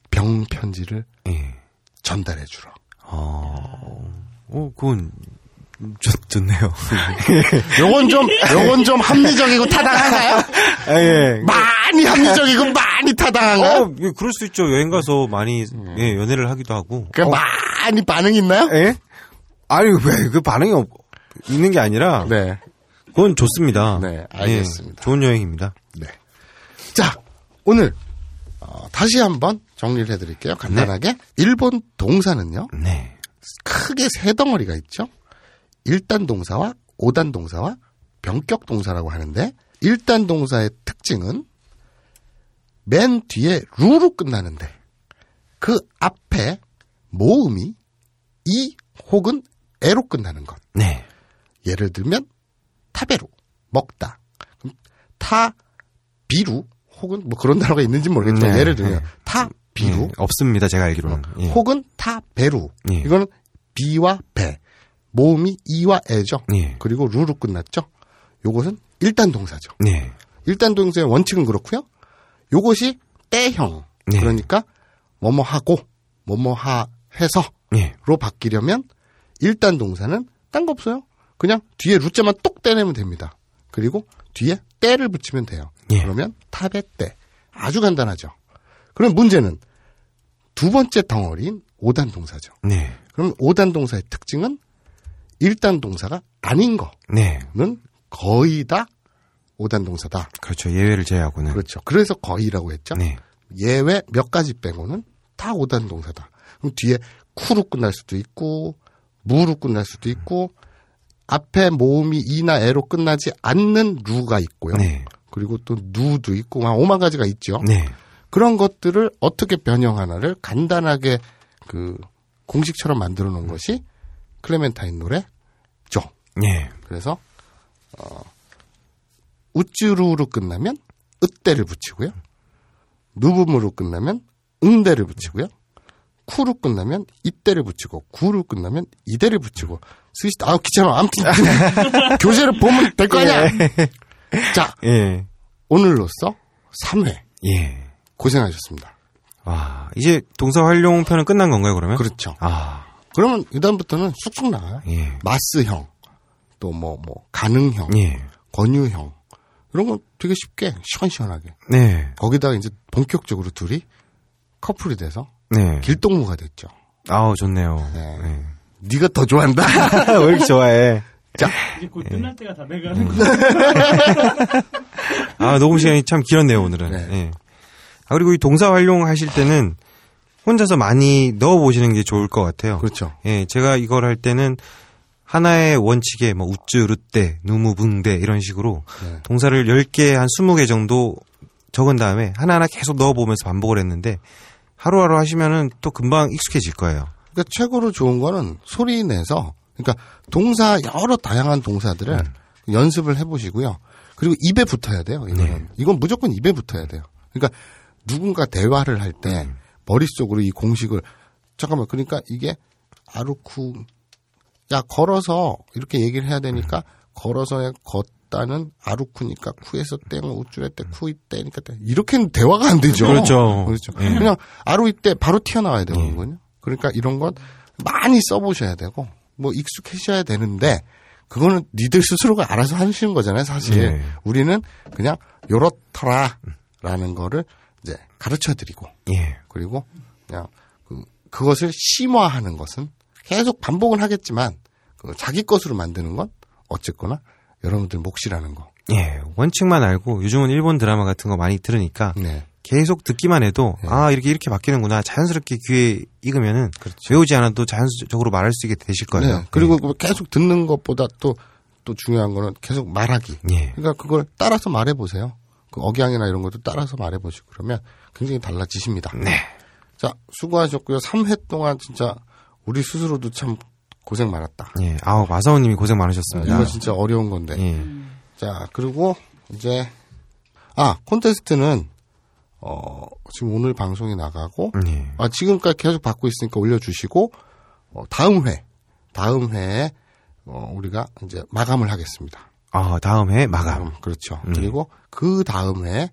C: 병 편지를
B: 예.
C: 전달해 주러.
B: 오, 그건 좋, 좋네요.
C: 요건 좀 요건 좀 합리적이고 타당한가요?
B: 아, 예.
C: 많이 합리적이고 많이 타당한가요?
B: 어, 예, 그럴 수 있죠. 여행 가서 많이 예, 연애를 하기도 하고.
C: 그 많이 반응 이 있나요?
B: 예? 아니 왜 그 반응이 없, 있는 게 아니라
C: 네.
B: 그건 좋습니다.
C: 네, 알겠습니다.
B: 예, 좋은 여행입니다.
C: 네. 자, 오늘 어, 다시 한번 정리를 해 드릴게요. 간단하게. 일본 동사는요.
B: 네.
C: 크게 세 덩어리가 있죠. 일단 동사와 오단 동사와 병격 동사라고 하는데 일단 동사의 특징은 맨 뒤에 루로 끝나는데 그 앞에 모음이 이 혹은 에로 끝나는 것.
B: 네.
C: 예를 들면 타베루 먹다. 그럼 타비루 혹은 뭐 그런 단어가 있는지 모르겠지만
B: 네,
C: 예를 들면
B: 네.
C: 타비루
B: 예, 없습니다. 제가 알기로는. 예.
C: 어, 혹은 타 배루.
B: 예.
C: 이거는 비와 배. 모음이 이와 에죠.
B: 예.
C: 그리고 루로 끝났죠. 요것은 일단 동사죠.
B: 네.
C: 일단 동사의 원칙은 그렇고요. 요것이 때형.
B: 예.
C: 그러니까 뭐뭐 하고 뭐뭐 하 해서
B: 예.
C: 로 바뀌려면 일단 동사는 딴 거 없어요. 그냥 뒤에 루자만 똑 떼내면 됩니다. 그리고 뒤에 때를 붙이면 돼요.
B: 예.
C: 그러면 탑의 때. 아주 간단하죠. 그럼 문제는 두 번째 덩어리인 오단 동사죠.
B: 네.
C: 그럼 오단 동사의 특징은 일단 동사가 아닌
B: 네.
C: 거는 거의 다오단 동사다.
B: 그렇죠. 예외를 제외하고는.
C: 그렇죠. 그래서 거의라고 했죠.
B: 네.
C: 예외 몇 가지 빼고는 다오단 동사다. 그럼 뒤에 쿠로 끝날 수도 있고 무로 끝날 수도 있고 앞에 모음이 이나 에로 끝나지 않는 루가 있고요.
B: 네.
C: 그리고 또 누도 있고 한 5만 가지가 있죠.
B: 네.
C: 그런 것들을 어떻게 변형하나를 간단하게 그 공식처럼 만들어 놓은 것이 클레멘타인 노래죠.
B: 네.
C: 그래서 어, 우쭈루로 끝나면 으대를 붙이고요. 누붐으로 끝나면 응대를 붙이고요. 쿠로 끝나면 이대를 붙이고 구로 끝나면 이대를 붙이고 스시 아 귀찮아 아무튼 교재를 보면 될 거 아니야. 자,
B: 예.
C: 오늘로써 3회
B: 예.
C: 고생하셨습니다.
B: 와, 이제 동서 활용 편은 끝난 건가요, 그러면?
C: 그렇죠.
B: 아,
C: 그러면 이다음부터는 쑥쑥 나가요.
B: 예.
C: 마스형, 또 뭐 뭐 가능형,
B: 예.
C: 권유형 이런 건 되게 쉽게 시원시원하게
B: 네.
C: 거기다가 이제 본격적으로 둘이 커플이 돼서
B: 네.
C: 길동무가 됐죠.
B: 아우, 좋네요.
C: 네.
B: 네.
C: 네가 더 좋아한다.
B: 왜 이렇게 좋아해?
A: 이제 곧 끝날 때가 다 돼가는
C: 음.
A: 거야.
B: 아, 녹음 시간이 참 길었네요, 오늘은.
C: 네.
B: 예. 아, 그리고 이 동사 활용하실 때는 혼자서 많이 넣어보시는 게 좋을 것 같아요.
C: 그렇죠.
B: 예, 제가 이걸 할 때는 하나의 원칙에 뭐 우쯔, 르떼, 누무붕대 이런 식으로
C: 네.
B: 동사를 10개, 한 20개 정도 적은 다음에 하나하나 계속 넣어보면서 반복을 했는데 하루하루 하시면은 또 금방 익숙해질 거예요.
C: 그러니까 최고로 좋은 거는 소리 내서 그러니까 동사 여러 다양한 동사들을
B: 음.
C: 연습을 해보시고요. 그리고 입에 붙어야 돼요. 이거는
B: 네.
C: 이건 무조건 입에 붙어야 돼요. 그러니까 누군가 대화를 할 때
B: 음.
C: 머릿속으로 이 공식을 잠깐만 그러니까 이게 아루쿠 야 걸어서 이렇게 얘기를 해야
B: 음.
C: 되니까 걸어서 걷다는 아루쿠니까 쿠에서 땡 우쭈에 때 쿠이 때니까 땡 이렇게는 대화가 안 되죠.
B: 그렇죠.
C: 그렇죠.
B: 예.
C: 그냥 아루 이때 바로 튀어나와야 되는 거군요. 그러니까 이런 건 많이 써보셔야 되고 뭐 익숙해져야 되는데 그거는 니들 스스로가 알아서 하시는 거잖아요. 사실
B: 예.
C: 우리는 그냥 요렇더라라는 거를 이제 가르쳐 드리고
B: 예.
C: 그리고 그냥 그, 그것을 심화하는 것은 계속 반복은 하겠지만 그 자기 것으로 만드는 건 어쨌거나 여러분들 몫이라는 거.
B: 예. 원칙만 알고 요즘은 일본 드라마 같은 거 많이 들으니까
C: 네.
B: 계속 듣기만 해도
C: 예.
B: 아 이렇게 이렇게 바뀌는구나 자연스럽게 귀에 익으면은 외우지 않아도 자연적으로 말할 수 있게 되실 거예요.
C: 그렇죠. 네. 그리고 그 계속 듣는 것보다 또, 또 중요한 거는 계속 말하기.
B: 예.
C: 그러니까 그걸 따라서 말해보세요. 그 억양이나 이런 것도 따라서 말해보시고 그러면 굉장히 달라지십니다. 자, 수고하셨고요. 3회 동안 진짜 우리 스스로도 참 고생 많았다.
B: 예. 아우 마사오님이 고생 많으셨습니다.
C: 이거 진짜 어려운 건데.
B: 예.
C: 자, 그리고 이제 아 콘테스트는 어 지금 오늘 방송이 나가고
B: 예.
C: 아 지금까지 계속 받고 있으니까 올려주시고 어, 다음 회 다음 회에 어, 우리가 이제 마감을 하겠습니다.
B: 아 다음에 마감.
C: 음, 그렇죠. 그리고 그 다음 회에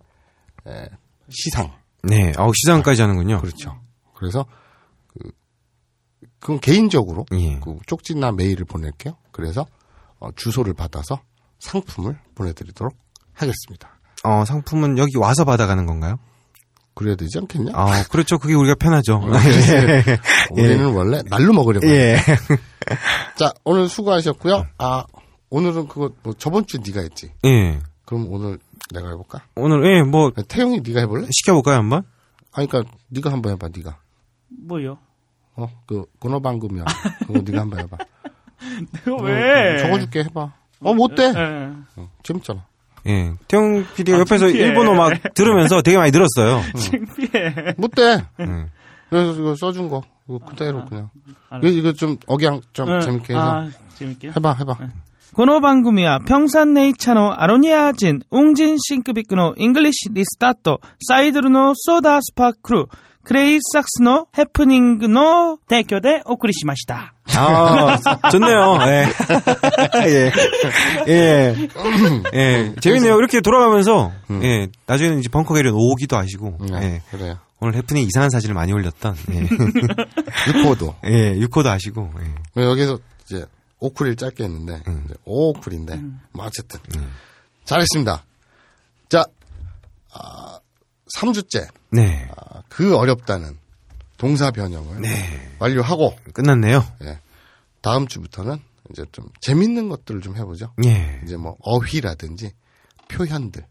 C: 에, 시상
B: 네. 아우 시장까지 하는군요.
C: 그렇죠. 그래서 그 그건 개인적으로
B: 예.
C: 그 쪽지나 메일을 보낼게요. 그래서 어, 주소를 받아서 상품을 보내드리도록 하겠습니다.
B: 어 상품은 여기 와서 받아가는 건가요?
C: 그래야 되지 않겠냐? 네.
B: 아 그렇죠. 그게 우리가 편하죠.
C: 아,
B: 네.
C: 우리는 원래 날로 먹으려고. 해요.
B: 예.
C: 자, 오늘 수고하셨고요. 아, 오늘은 그거 뭐 저번 주에 네가 했지.
B: 예.
C: 그럼 오늘 내가 해볼까?
B: 오늘 예 뭐
C: 아니, 태용이 네가 해볼래?
B: 시켜볼까요 한번?
C: 아니, 그러니까 네가 한번 해봐. 네가.
A: 뭐요?
C: 어, 그 근어방금이야. 그거 네가 한번 해봐.
A: 내가 왜?
C: 뭐, 적어줄게 해봐. 어, 못돼.
K: 네.
C: 어,
A: 예.
C: 재밌잖아.
B: 예. 태용 PD가 옆에서
A: 창피해.
B: 일본어 막 들으면서 되게 많이 들었어요.
C: 못돼.
B: 음.
C: 그래서 이거 써준 거. 이거 그대로 그냥. 이거, 이거 좀 억양 좀
A: 네.
K: 응.
C: 재밌게 해서
K: 아, 재밌게.
C: 해봐, 해봐.
K: この番組は、平山ネイチャのアロニア人、ウンジンシンクビックのイングリッシュリスタート、サイドルのソーダスパークル、クレイサックスのヘプニングの提供でお送りしました。
B: 아, 좋네요. 예. 예. 예. 예. 재밌네요. 이렇게 돌아가면서, 예. 나중에는 이제 벙커 게리는 오기도 하시고,
C: 네,
B: 예.
C: 그래요.
B: 오늘 해프닝 이상한 사진을 많이 올렸던, 예.
C: 유코도.
B: 예, 유코도 하시고, 예.
C: 왜 여기서 이제 오쿨을 짧게 했는데 이제 오쿨인데 뭐 어쨌든 잘했습니다. 자, 아, 3주째
B: 네.
C: 그 어렵다는 동사 변형을 완료하고
B: 네, 끝났네요.
C: 예, 다음 주부터는 이제 좀 재밌는 것들을 좀 해보죠.
B: 예.
C: 이제 뭐 어휘라든지 표현들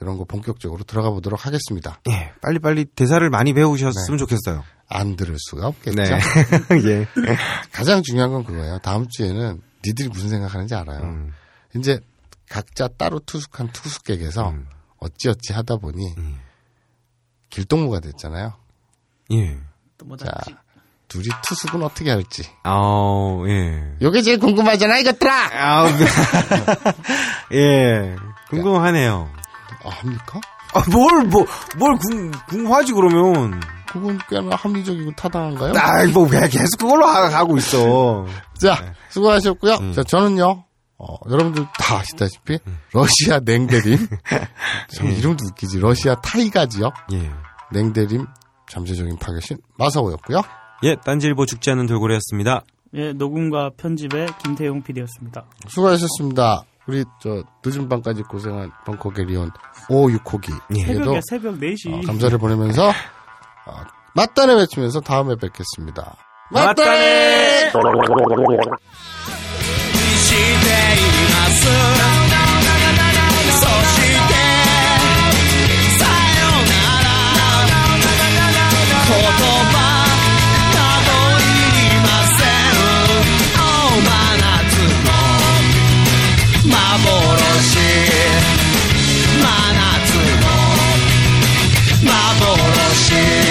C: 이런 거 본격적으로 들어가 보도록 하겠습니다.
B: 예. 빨리빨리 대사를 많이 배우셨으면 좋겠어요.
C: 안 들을 수가 없겠죠.
B: 네. 예.
C: 가장 중요한 건 그거예요. 다음 주에는 니들이 무슨 생각하는지 알아요. 이제 각자 따로 투숙한 투숙객에서 어찌어찌 하다 보니 길동무가 됐잖아요.
B: 예.
A: 또뭐
C: 자, 둘이 투숙은 어떻게 할지.
B: 아우, 예.
C: 요게 제일 궁금하잖아, 이것들아!
B: 아우, 예. 궁금하네요.
C: 아, 합니까?
B: 아, 뭘, 뭐, 뭘 궁, 궁금하지, 그러면.
C: 그건 꽤나 합리적이고 타당한가요?
B: 아, 뭐, 왜 계속 그걸로 하- 하고 있어.
C: 자, 수고하셨고요. 자, 저는요, 어, 여러분들 다 아시다시피 러시아 냉대림 참 이름도 웃기지 러시아 타이가 지역
B: 예.
C: 냉대림 잠재적인 파괴신 마사오였고요.
B: 예, 딴지일보 죽지 않는 돌고래였습니다.
K: 예, 녹음과 편집의 김태용 PD였습니다.
C: 수고하셨습니다. 우리 저 늦은 밤까지 고생한 벙커의 리온 오유코기
K: 새벽에
C: 에게도
K: 새벽 4시.
C: 어, 감사를 보내면서 어, 맞다네 외치면서 다음에 뵙겠습니다.
B: 맞다네!
L: していますそしてさよなら言葉などいりません青真夏の幻真夏の幻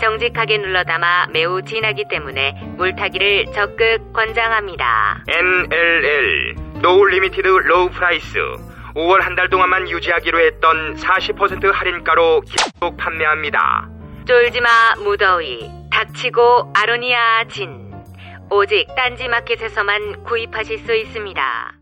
D: 정직하게 눌러 담아 매우 진하기 때문에 물타기를 적극 권장합니다.
F: NLL 노 리미티드 로우 프라이스 5월 한 달 동안만 유지하기로 했던 40% 할인가로 계속 판매합니다
D: 쫄지마 무더위. 닥치고 아로니아 진. 오직 딴지마켓에서만 구입하실 수 있습니다.